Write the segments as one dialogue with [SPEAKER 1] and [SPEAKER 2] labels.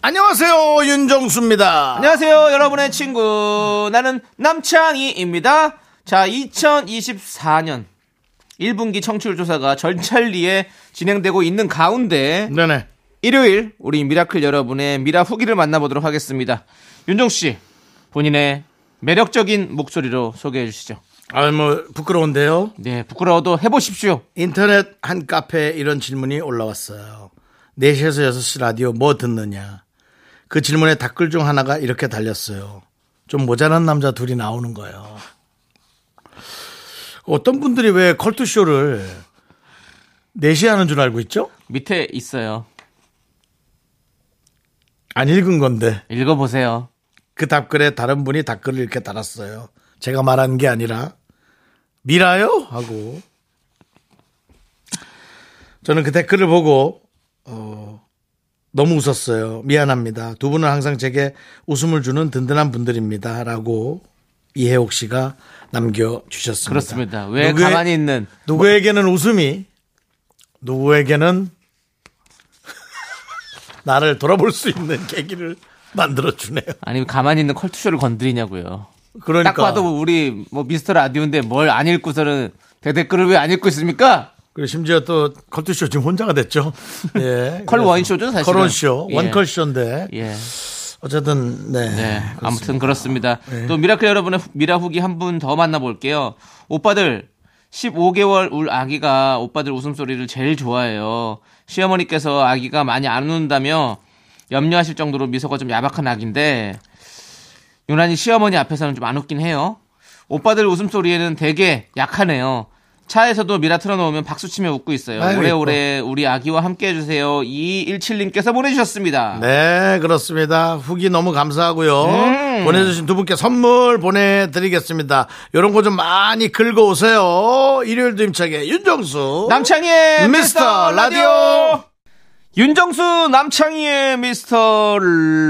[SPEAKER 1] 안녕하세요 윤정수입니다.
[SPEAKER 2] 안녕하세요, 여러분의 친구. 나는 남창희입니다. 자, 2024년 1분기 청취율 조사가 절찰리에 진행되고 있는 가운데
[SPEAKER 1] 네네.
[SPEAKER 2] 일요일 우리 미라클 여러분의 미라 후기를 만나보도록 하겠습니다. 윤종 씨, 본인의 매력적인 목소리로 소개해 주시죠.
[SPEAKER 1] 아뭐 부끄러운데요.
[SPEAKER 2] 네, 부끄러워도 해보십시오.
[SPEAKER 1] 인터넷 한 카페에 이런 질문이 올라왔어요. 4시에서 6시 라디오 뭐 듣느냐? 그 질문에 댓글 중 하나가 이렇게 달렸어요. 좀 모자란 남자 둘이 나오는 거예요. 어떤 분들이 왜 컬투쇼를 4시에 하는 줄 알고 있죠?
[SPEAKER 2] 밑에 있어요.
[SPEAKER 1] 안 읽은 건데.
[SPEAKER 2] 읽어보세요.
[SPEAKER 1] 그 답글에 다른 분이 댓글을 이렇게 달았어요. 제가 말한 게 아니라 미라요 하고 저는 그 댓글을 보고 어, 너무 웃었어요. 미안합니다. 두 분은 항상 제게 웃음을 주는 든든한 분들입니다라고 이해옥 씨가 남겨 주셨습니다.
[SPEAKER 2] 그렇습니다. 왜 가만히 있는
[SPEAKER 1] 누구에게는 웃음이 누구에게는 나를 돌아볼 수 있는 계기를 만들어 주네요.
[SPEAKER 2] 아니면 가만히 있는 컬투쇼를 건드리냐고요.
[SPEAKER 1] 그러니까
[SPEAKER 2] 딱 봐도 우리 뭐 미스터 라디오인데 뭘 안 읽고서는 대댓글을 왜 안 읽고 있습니까?
[SPEAKER 1] 그리고 심지어 또 컬투쇼 지금 혼자가 됐죠. 예.
[SPEAKER 2] 컬
[SPEAKER 1] 그래서
[SPEAKER 2] 원쇼죠, 사실은.
[SPEAKER 1] 컬원쇼,
[SPEAKER 2] 예.
[SPEAKER 1] 원컬쇼인데.
[SPEAKER 2] 예.
[SPEAKER 1] 어쨌든, 네.
[SPEAKER 2] 네.
[SPEAKER 1] 그렇습니다. 네.
[SPEAKER 2] 아무튼 그렇습니다. 또 미라클 여러분의 후- 미라 후기 한 분 더 만나볼게요. 오빠들 15개월 울 아기가 오빠들 웃음소리를 제일 좋아해요. 시어머니께서 아기가 많이 안 운다며 염려하실 정도로 미소가 좀 야박한 아기인데 유난히 시어머니 앞에서는 좀 안 웃긴 해요. 오빠들 웃음소리에는 되게 약하네요. 차에서도 미라 틀어놓으면 박수치며 웃고 있어요.
[SPEAKER 1] 아이고,
[SPEAKER 2] 오래오래 우리 아기와 함께 해주세요. 2217님께서 보내주셨습니다.
[SPEAKER 1] 네, 그렇습니다. 후기 너무 감사하고요.
[SPEAKER 2] 음.
[SPEAKER 1] 보내주신 두 분께 선물 보내드리겠습니다. 요런 거 좀 많이 긁어오세요. 일요일도 임차게 윤정수.
[SPEAKER 2] 남창희의
[SPEAKER 1] 어? 미스터 라디오.
[SPEAKER 2] 윤정수 남창희의 미스터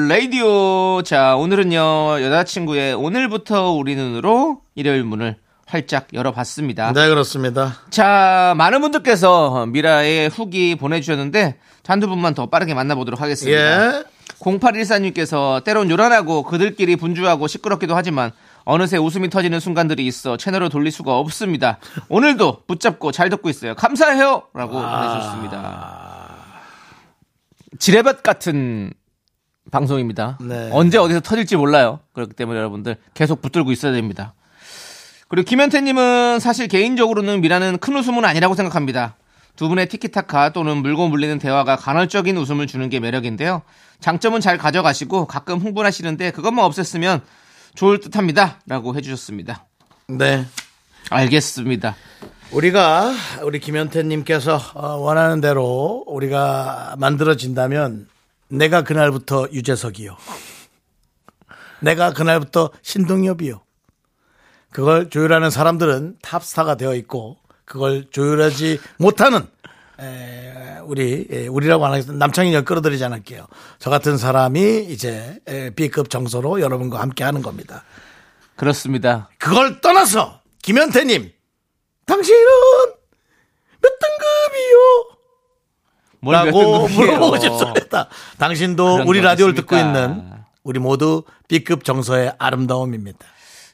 [SPEAKER 2] 라디오 자 오늘은요 여자친구의 오늘부터 우리 눈으로 일요일 문을 활짝 열어봤습니다
[SPEAKER 1] 네, 그렇습니다.
[SPEAKER 2] 자 많은 분들께서 미라의 후기 보내주셨는데 한두 분만 더 빠르게 만나보도록 하겠습니다
[SPEAKER 1] 예.
[SPEAKER 2] 0814님께서 때론 요란하고 그들끼리 분주하고 시끄럽기도 하지만 어느새 웃음이 터지는 순간들이 있어 채널을 돌릴 수가 없습니다. 오늘도 붙잡고 잘 듣고 있어요. 감사해요! 라고 보내주셨습니다. 지레밭 같은 방송입니다.
[SPEAKER 1] 네.
[SPEAKER 2] 언제 어디서 터질지 몰라요. 그렇기 때문에 여러분들 계속 붙들고 있어야 됩니다. 그리고 김현태님은 사실 개인적으로는 미라는 큰 웃음은 아니라고 생각합니다. 두 분의 티키타카 또는 물고 물리는 대화가 간헐적인 웃음을 주는 게 매력인데요. 장점은 잘 가져가시고 가끔 흥분하시는데 그것만 없앴으면 좋을 듯 합니다. 라고 해주셨습니다.
[SPEAKER 1] 네.
[SPEAKER 2] 알겠습니다.
[SPEAKER 1] 우리가 우리 김현태님께서 어, 원하는 대로 우리가 만들어진다면 내가 그날부터 유재석이요. 내가 그날부터 신동엽이요. 그걸 조율하는 사람들은 탑스타가 되어 있고 그걸 조율하지 못하는 에, 우리 예, 우리라고 안 하겠습니다. 남창인을 끌어들이지 않을게요. 저 같은 사람이 이제 에, B급 정서로 여러분과 함께하는 겁니다.
[SPEAKER 2] 그렇습니다.
[SPEAKER 1] 그걸 떠나서 김현태님 당신은 몇 등급이요?
[SPEAKER 2] 뭘몇
[SPEAKER 1] 라고
[SPEAKER 2] 등급이에요?
[SPEAKER 1] 물어보고 싶습니다. 당신도
[SPEAKER 2] 그런
[SPEAKER 1] 우리
[SPEAKER 2] 거
[SPEAKER 1] 라디오를 듣고
[SPEAKER 2] 있습니까?
[SPEAKER 1] 있는 우리 모두 B급 정서의 아름다움입니다.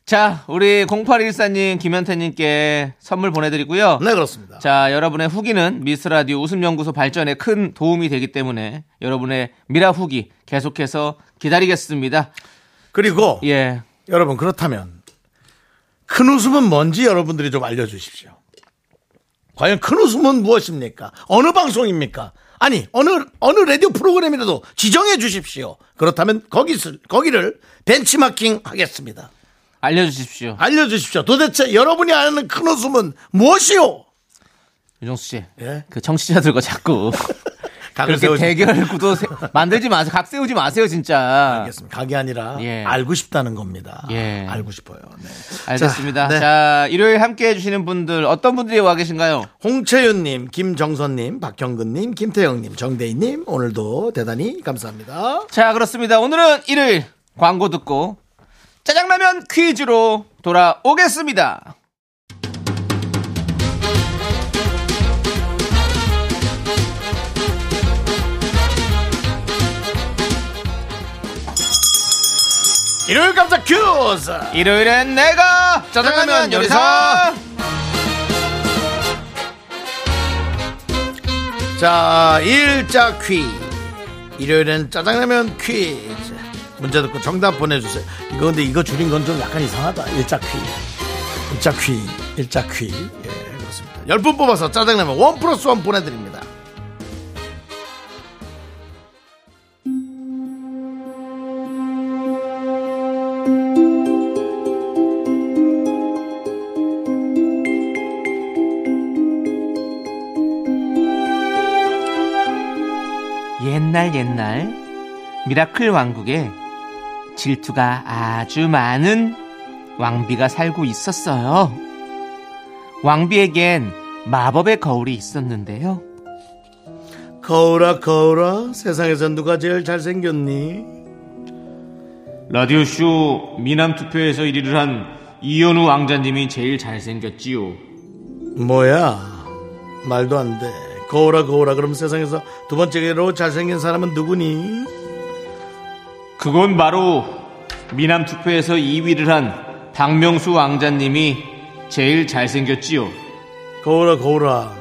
[SPEAKER 2] 자, 우리 0814님, 김현태님께 선물 보내드리고요.
[SPEAKER 1] 네 그렇습니다.
[SPEAKER 2] 자, 여러분의 후기는 미스라디오 웃음연구소 발전에 큰 도움이 되기 때문에 여러분의 미라 후기 계속해서 기다리겠습니다.
[SPEAKER 1] 그리고
[SPEAKER 2] 예.
[SPEAKER 1] 여러분 그렇다면 큰 웃음은 뭔지 여러분들이 좀 알려주십시오. 과연 큰 웃음은 무엇입니까? 어느 방송입니까? 아니 어느 어느 라디오 프로그램이라도 지정해 주십시오. 그렇다면 거기 거기를 벤치마킹 하겠습니다.
[SPEAKER 2] 알려주십시오.
[SPEAKER 1] 알려주십시오. 도대체 여러분이 아는 큰 웃음은 무엇이요?
[SPEAKER 2] 윤정수 씨.
[SPEAKER 1] 예?
[SPEAKER 2] 그 청취자들과 자꾸
[SPEAKER 1] 각을
[SPEAKER 2] 그렇게
[SPEAKER 1] 세우지.
[SPEAKER 2] 대결 구도 세- 만들지 마세요. 각 세우지 마세요, 진짜.
[SPEAKER 1] 알겠습니다. 각이 아니라
[SPEAKER 2] 예.
[SPEAKER 1] 알고 싶다는 겁니다.
[SPEAKER 2] 예.
[SPEAKER 1] 알고 싶어요. 네.
[SPEAKER 2] 알겠습니다.
[SPEAKER 1] 자,
[SPEAKER 2] 자,
[SPEAKER 1] 네.
[SPEAKER 2] 일요일 함께 해주시는 분들 어떤 분들이 와 계신가요?
[SPEAKER 1] 홍채윤님, 김정선님, 박형근님, 김태영님, 정대희님 오늘도 대단히 감사합니다.
[SPEAKER 2] 자, 그렇습니다. 오늘은 일요일 광고 듣고 짜장라면 퀴즈로 돌아오겠습니다.
[SPEAKER 1] 일요일 감사 큐즈.
[SPEAKER 2] 일요일엔 내가 짜장라면 요리사.
[SPEAKER 1] 자, 일자 퀴. 일요일엔 짜장라면 퀴즈. 문제 듣고 정답 보내주세요. 이거 근데 이거 줄인 건 좀 약간 이상하다. 일자 퀴. 일자 퀴. 일자 퀴. 예, 그렇습니다. 열 분 뽑아서 짜장라면 원 플러스 원 보내드립니다.
[SPEAKER 2] 옛날 옛날 미라클 왕국에 질투가 아주 많은 왕비가 살고 있었어요. 왕비에겐 마법의 거울이 있었는데요.
[SPEAKER 1] 거울아, 거울아, 세상에서 누가 제일 잘생겼니?
[SPEAKER 2] 라디오쇼 미남 투표에서 1위를 한 이현우 왕자님이 제일 잘생겼지요.
[SPEAKER 1] 뭐야? 말도 안 돼. 거울아, 거울아, 그럼 세상에서 두 번째로 잘생긴 사람은 누구니?
[SPEAKER 2] 그건 바로 미남 투표에서 2위를 한 박명수 왕자님이 제일 잘생겼지요.
[SPEAKER 1] 거울아 거울아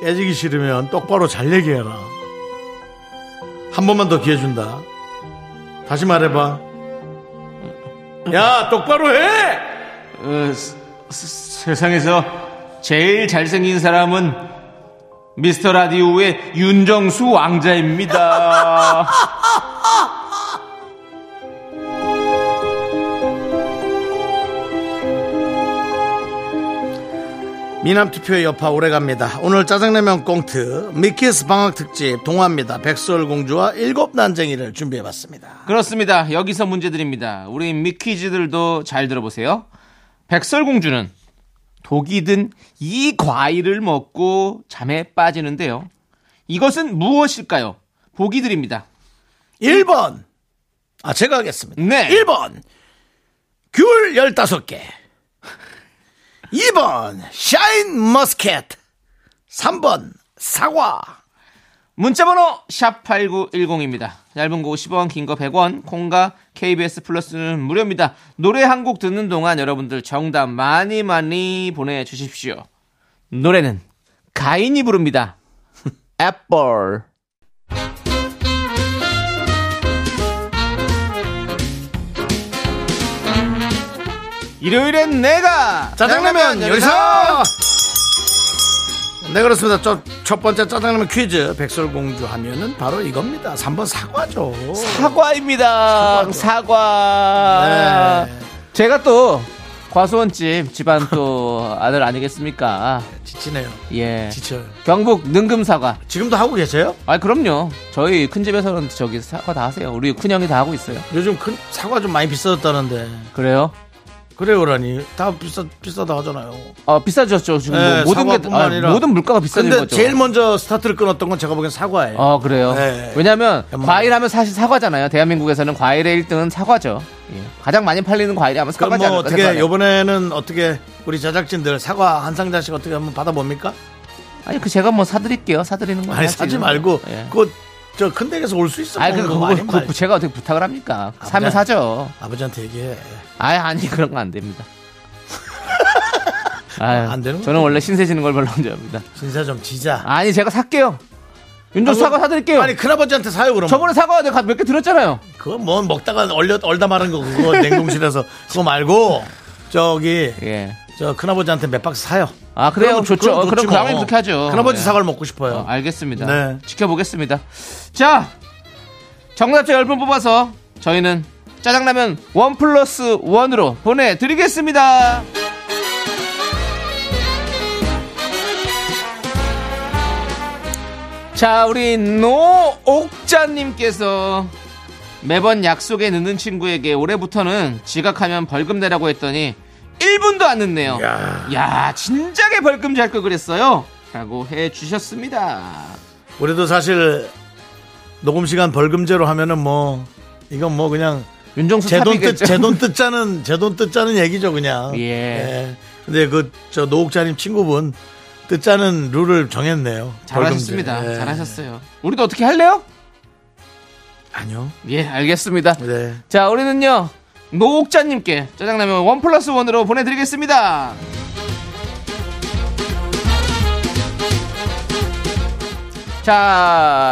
[SPEAKER 1] 깨지기 싫으면 똑바로 잘 얘기해라 한 번만 더 기회 준다 다시 말해봐 야 똑바로 해
[SPEAKER 2] 어, 스- 스- 세상에서 제일 잘생긴 사람은 미스터 라디오의 윤정수 왕자입니다.
[SPEAKER 1] 미남 투표의 여파 오래갑니다 오늘 짜장라면 꽁트 미키스 방학 특집 동화입니다 백설공주와 일곱 난쟁이를 준비해봤습니다
[SPEAKER 2] 그렇습니다. 여기서 문제 드립니다. 우리 미키즈들도 잘 들어보세요. 백설공주는 독이 든 이 과일을 먹고 잠에 빠지는데요. 이것은 무엇일까요? 보기 드립니다.
[SPEAKER 1] 1번 아 제가 하겠습니다
[SPEAKER 2] 네.
[SPEAKER 1] 1번 귤 15개 2번 샤인 머스켓 3번 사과
[SPEAKER 2] 문자번호 샵8910입니다. 짧은 거 50원, 긴 거 100원, 콩과 KBS 플러스는 무료입니다. 노래 한 곡 듣는 동안 여러분들 정답 많이 많이 보내주십시오. 노래는 가인이 부릅니다. 애플. 일요일엔 내가
[SPEAKER 1] 짜장라면 여기서 네 그렇습니다 첫, 첫 번째 짜장라면 퀴즈 백설공주 하면은 바로 이겁니다 3번 사과죠
[SPEAKER 2] 사과입니다. 사과.
[SPEAKER 1] 네.
[SPEAKER 2] 제가 또 과수원집 집안 또 아들 아니겠습니까?
[SPEAKER 1] 지치네요
[SPEAKER 2] 예.
[SPEAKER 1] 지쳐요
[SPEAKER 2] 경북 능금 사과.
[SPEAKER 1] 지금도 하고 계세요?
[SPEAKER 2] 아 그럼요. 저희 큰 집에서는 저기 사과 다 하세요. 우리 큰 형이 다 하고 있어요.
[SPEAKER 1] 요즘 큰 사과 좀 많이 비싸졌다는데
[SPEAKER 2] 그래요?
[SPEAKER 1] 그래요라니 다 비싸 비싸다 하잖아요
[SPEAKER 2] 어 비싸졌죠. 지금
[SPEAKER 1] 네,
[SPEAKER 2] 뭐 모든 게
[SPEAKER 1] 사과뿐만
[SPEAKER 2] 아,
[SPEAKER 1] 아니라.
[SPEAKER 2] 모든 물가가 비싸진
[SPEAKER 1] 근데
[SPEAKER 2] 거죠.
[SPEAKER 1] 제일 먼저 스타트를 끊었던 건 제가 보기엔 사과예요.
[SPEAKER 2] 어 그래요.
[SPEAKER 1] 네.
[SPEAKER 2] 왜냐하면
[SPEAKER 1] 음.
[SPEAKER 2] 과일 하면 사실 사과잖아요. 대한민국에서는 과일의 1등은 사과죠. 예. 가장 많이 팔리는 과일이 아마
[SPEAKER 1] 그럼
[SPEAKER 2] 사과지
[SPEAKER 1] 뭐
[SPEAKER 2] 않을까
[SPEAKER 1] 어떻게
[SPEAKER 2] 생각해요.
[SPEAKER 1] 이번에는 어떻게 우리 제작진들 사과 한 상자씩 어떻게 한번 받아봅니까?
[SPEAKER 2] 아니 그 제가 뭐 사드릴게요. 사드리는 거
[SPEAKER 1] 아니 사지 말고
[SPEAKER 2] 예.
[SPEAKER 1] 그거 저 큰 댁에서 올 수 있어.
[SPEAKER 2] 아니 그
[SPEAKER 1] 먹는 거
[SPEAKER 2] 그거
[SPEAKER 1] 아니면
[SPEAKER 2] 그,
[SPEAKER 1] 말지.
[SPEAKER 2] 제가 어떻게 부탁을 합니까?
[SPEAKER 1] 아, 그래.
[SPEAKER 2] 사면 사죠.
[SPEAKER 1] 아버지한테 얘기해.
[SPEAKER 2] 아예 아니 그런 거 안 됩니다. 아유,
[SPEAKER 1] 안 되는
[SPEAKER 2] 저는 원래 신세 지는 걸 별로 안 좋아합니다.
[SPEAKER 1] 진짜 좀 지자.
[SPEAKER 2] 아니 제가 살게요. 윤정수
[SPEAKER 1] 아,
[SPEAKER 2] 사과 사드릴게요.
[SPEAKER 1] 아니 큰아버지한테 사요 그럼.
[SPEAKER 2] 저번에 사과 내가 몇 개 들었잖아요.
[SPEAKER 1] 그거 뭐 먹다가 얼려 얼다 마른 거 그거 냉동실에서 그거 말고 저기
[SPEAKER 2] 예.
[SPEAKER 1] 저 큰아버지한테 몇 박스 사요.
[SPEAKER 2] 아 그래요.
[SPEAKER 1] 그럼
[SPEAKER 2] 좋죠.
[SPEAKER 1] 그럼
[SPEAKER 2] 그럼,
[SPEAKER 1] 좋지 뭐.
[SPEAKER 2] 당연히 그렇게 하죠.
[SPEAKER 1] 큰아버지
[SPEAKER 2] 예.
[SPEAKER 1] 사과를 먹고 싶어요.
[SPEAKER 2] 어, 알겠습니다.
[SPEAKER 1] 네.
[SPEAKER 2] 지켜보겠습니다. 자, 정답자 10분 뽑아서 저희는 짜장라면 원 플러스 원으로 보내드리겠습니다. 자, 우리 노옥자님께서 매번 약속에 늦는 친구에게 올해부터는 지각하면 벌금 내라고 했더니 1분도 안 늦네요. 야, 진작에 벌금 잘 걸 그랬어요. 라고 해 주셨습니다.
[SPEAKER 1] 우리도 사실 녹음 시간 벌금제로 하면은 뭐 이건 뭐 그냥
[SPEAKER 2] 윤정수
[SPEAKER 1] 제 돈 뜻,
[SPEAKER 2] 탑이겠죠?
[SPEAKER 1] 제 돈 뜻자는, 제 돈 뜻자는 얘기죠, 그냥.
[SPEAKER 2] 예.
[SPEAKER 1] 근데 그, 저, 노옥자님 친구분, 뜻자는 룰을 정했네요.
[SPEAKER 2] 잘하셨습니다.
[SPEAKER 1] 벌금제. 예.
[SPEAKER 2] 잘하셨어요. 우리도 어떻게 할래요?
[SPEAKER 1] 아니요.
[SPEAKER 2] 예, 알겠습니다.
[SPEAKER 1] 네.
[SPEAKER 2] 자, 우리는요. 노옥자님께 짜장라면 원 플러스 원으로 보내드리겠습니다. 자,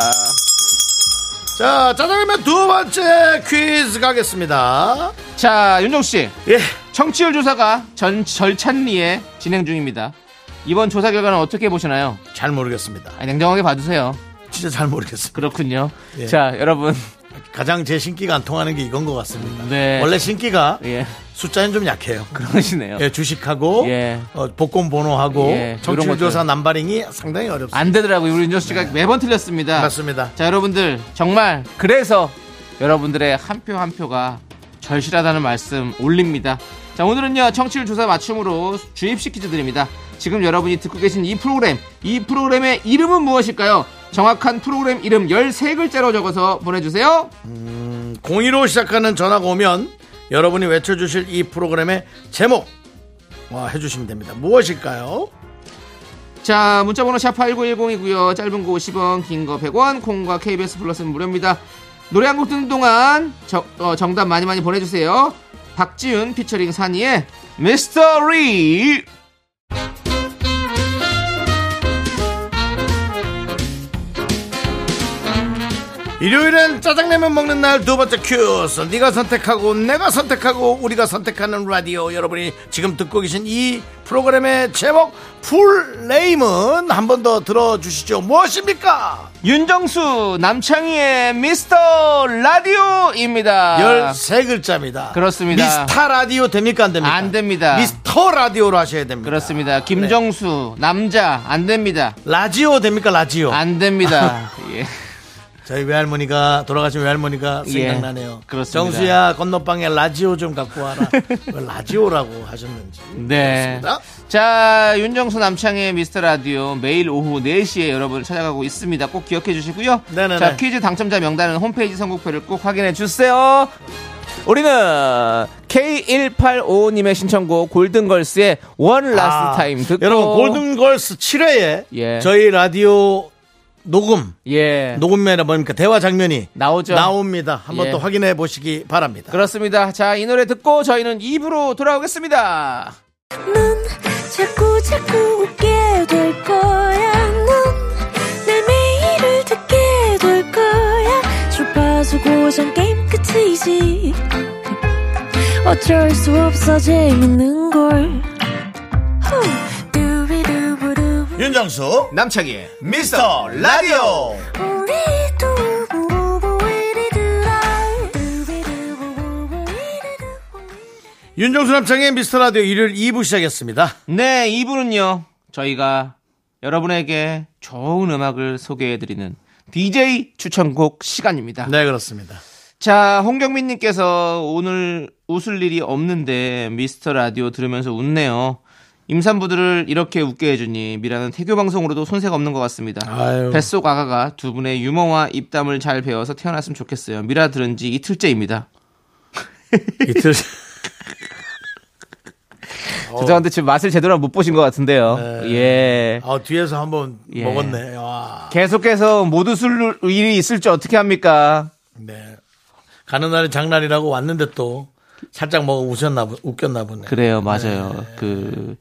[SPEAKER 1] 자, 짜장면 두 번째 퀴즈 가겠습니다.
[SPEAKER 2] 자, 윤정씨.
[SPEAKER 1] 예.
[SPEAKER 2] 청취율 조사가 전 절찬리에 진행 중입니다. 이번 조사 결과는 어떻게 보시나요?
[SPEAKER 1] 잘 모르겠습니다.
[SPEAKER 2] 아, 냉정하게 봐주세요.
[SPEAKER 1] 진짜 잘 모르겠습니다.
[SPEAKER 2] 그렇군요.
[SPEAKER 1] 예.
[SPEAKER 2] 자, 여러분.
[SPEAKER 1] 가장 제 신기가 안 통하는 게 이건 것 같습니다.
[SPEAKER 2] 네.
[SPEAKER 1] 원래 신기가
[SPEAKER 2] 예,
[SPEAKER 1] 숫자는 좀 약해요.
[SPEAKER 2] 그러시네요.
[SPEAKER 1] 예, 주식하고
[SPEAKER 2] 예.
[SPEAKER 1] 어, 복권 번호하고
[SPEAKER 2] 예, 이런 것들.
[SPEAKER 1] 청취조사 남바링이 상당히 어렵습니다.
[SPEAKER 2] 안 되더라고요. 우리 윤정수 씨가 매번 틀렸습니다.
[SPEAKER 1] 맞습니다.
[SPEAKER 2] 자, 여러분들. 정말 그래서 여러분들의 한 표 한 표가 절실하다는 말씀 올립니다. 자, 오늘은요. 청취율 조사 맞춤으로 주입식 퀴즈 드립니다. 지금 여러분이 듣고 계신 이 프로그램, 이 프로그램의 이름은 무엇일까요? 정확한 프로그램 이름 13글자로 적어서 보내주세요.
[SPEAKER 1] 02로 시작하는 전화가 오면 여러분이 외쳐주실 이 프로그램의 제목 어, 해주시면 됩니다. 무엇일까요?
[SPEAKER 2] 자 문자번호 샵8910이고요 짧은 거 50원 긴 거 100원 콩과 KBS 플러스는 무료입니다 노래 한 곡 듣는 동안 저- 어, 정답 많이 많이 보내주세요 박지윤 피처링 산이의 미스터리
[SPEAKER 1] 일요일엔 짜장라면 먹는 날 두 번째 큐스 네가 선택하고 내가 선택하고 우리가 선택하는 라디오 여러분이 지금 듣고 계신 이 프로그램의 제목 풀네임은 한 번 더 들어주시죠 무엇입니까?
[SPEAKER 2] 윤정수 남창희의 미스터 라디오입니다
[SPEAKER 1] 13글자입니다
[SPEAKER 2] 아. 그렇습니다.
[SPEAKER 1] 미스타 라디오 됩니까 안 됩니까?
[SPEAKER 2] 안 됩니다.
[SPEAKER 1] 미스터 라디오로 하셔야 됩니다
[SPEAKER 2] 그렇습니다 김정수 남자 안 됩니다
[SPEAKER 1] 라지오 됩니까 라지오
[SPEAKER 2] 안 됩니다 예.
[SPEAKER 1] 저희 외할머니가 돌아가신 외할머니가 생각나네요.
[SPEAKER 2] 예, 그렇습니다.
[SPEAKER 1] 정수야 건너방에 라지오 좀 갖고 와라. 왜 라지오라고 하셨는지.
[SPEAKER 2] 네.
[SPEAKER 1] 그렇습니다.
[SPEAKER 2] 자, 윤정수 남창의 미스터 라디오 매일 오후 4시에 여러분을 찾아가고 있습니다. 꼭 기억해 주시고요.
[SPEAKER 1] 네네네.
[SPEAKER 2] 자, 퀴즈 당첨자 명단은 홈페이지 선곡표를 꼭 확인해 주세요. 우리는 K185님의 신청곡 골든걸스의 원
[SPEAKER 1] 아,
[SPEAKER 2] 라스트 타임 듣고
[SPEAKER 1] 여러분 골든걸스 7회에
[SPEAKER 2] 예.
[SPEAKER 1] 저희 라디오 녹음
[SPEAKER 2] 예.
[SPEAKER 1] 녹음매라 뭡니까 대화 장면이
[SPEAKER 2] 나오죠.
[SPEAKER 1] 나옵니다. 한번
[SPEAKER 2] 예.
[SPEAKER 1] 또 확인해 보시기 바랍니다.
[SPEAKER 2] 그렇습니다. 자, 이 노래 듣고 저희는 2부로 돌아오겠습니다.
[SPEAKER 3] 넌 자꾸 자꾸 웃게 될 거야. 넌내 매일을 듣게 될 거야. 주파수 고정 게임 끝이지. 어쩔 수 없어 재밌는 걸. 후. 두비두부두.
[SPEAKER 1] 윤정수
[SPEAKER 2] 남창희의
[SPEAKER 1] 미스터 라디오
[SPEAKER 3] 우리 두부부부 우리 두라. 두비두부부부 우리 두부부.
[SPEAKER 1] 윤정수 남창의 미스터 라디오 일요일 2부 시작했습니다.
[SPEAKER 2] 네, 2부는요. 저희가 여러분에게 좋은 음악을 소개해드리는 DJ 추천곡 시간입니다.
[SPEAKER 1] 네 그렇습니다.
[SPEAKER 2] 자, 홍경민 님께서 오늘 웃을 일이 없는데 미스터 라디오 들으면서 웃네요. 임산부들을 이렇게 웃게 해주니 미라는 태교 방송으로도 손색 없는 것 같습니다.
[SPEAKER 1] 아유.
[SPEAKER 2] 뱃속 아가가 두 분의 유머와 입담을 잘 배워서 태어났으면 좋겠어요. 미라 들은 지 이틀째입니다.
[SPEAKER 1] 이틀
[SPEAKER 2] 어. 죄송한데 지금 맛을 제대로 못 보신 것 같은데요. 예.
[SPEAKER 1] 아, 뒤에서 한번
[SPEAKER 2] 예.
[SPEAKER 1] 먹었네. 아, 와.
[SPEAKER 2] 계속해서 못 웃을 일이 있을지 어떻게 합니까?
[SPEAKER 1] 네. 가는 날이 장날이라고 왔는데 또 살짝 먹어 웃었나 보, 웃겼나 보네.
[SPEAKER 2] 그래요, 맞아요. 그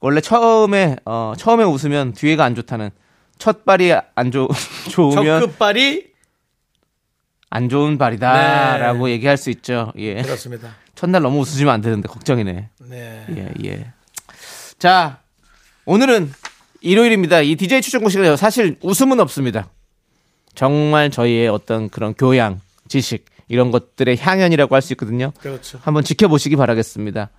[SPEAKER 2] 원래 처음에 어, 처음에 웃으면 뒤에가 안 좋다는 첫 발이 안 좋, 좋으면
[SPEAKER 1] 적급발이
[SPEAKER 2] 안 좋은
[SPEAKER 1] 네.
[SPEAKER 2] 발이다라고 얘기할 수 있죠. 예.
[SPEAKER 1] 그렇습니다.
[SPEAKER 2] 첫날 너무 웃으시면 안 되는데 걱정이네.
[SPEAKER 1] 네.
[SPEAKER 2] 예, 예. 자, 오늘은 일요일입니다. 이 DJ 추천곡 시간에요. 사실 웃음은 없습니다. 정말 저희의 어떤 그런 교양, 지식 이런 것들의 향연이라고 할 수 있거든요.
[SPEAKER 1] 그렇죠.
[SPEAKER 2] 한번 지켜보시기 바라겠습니다.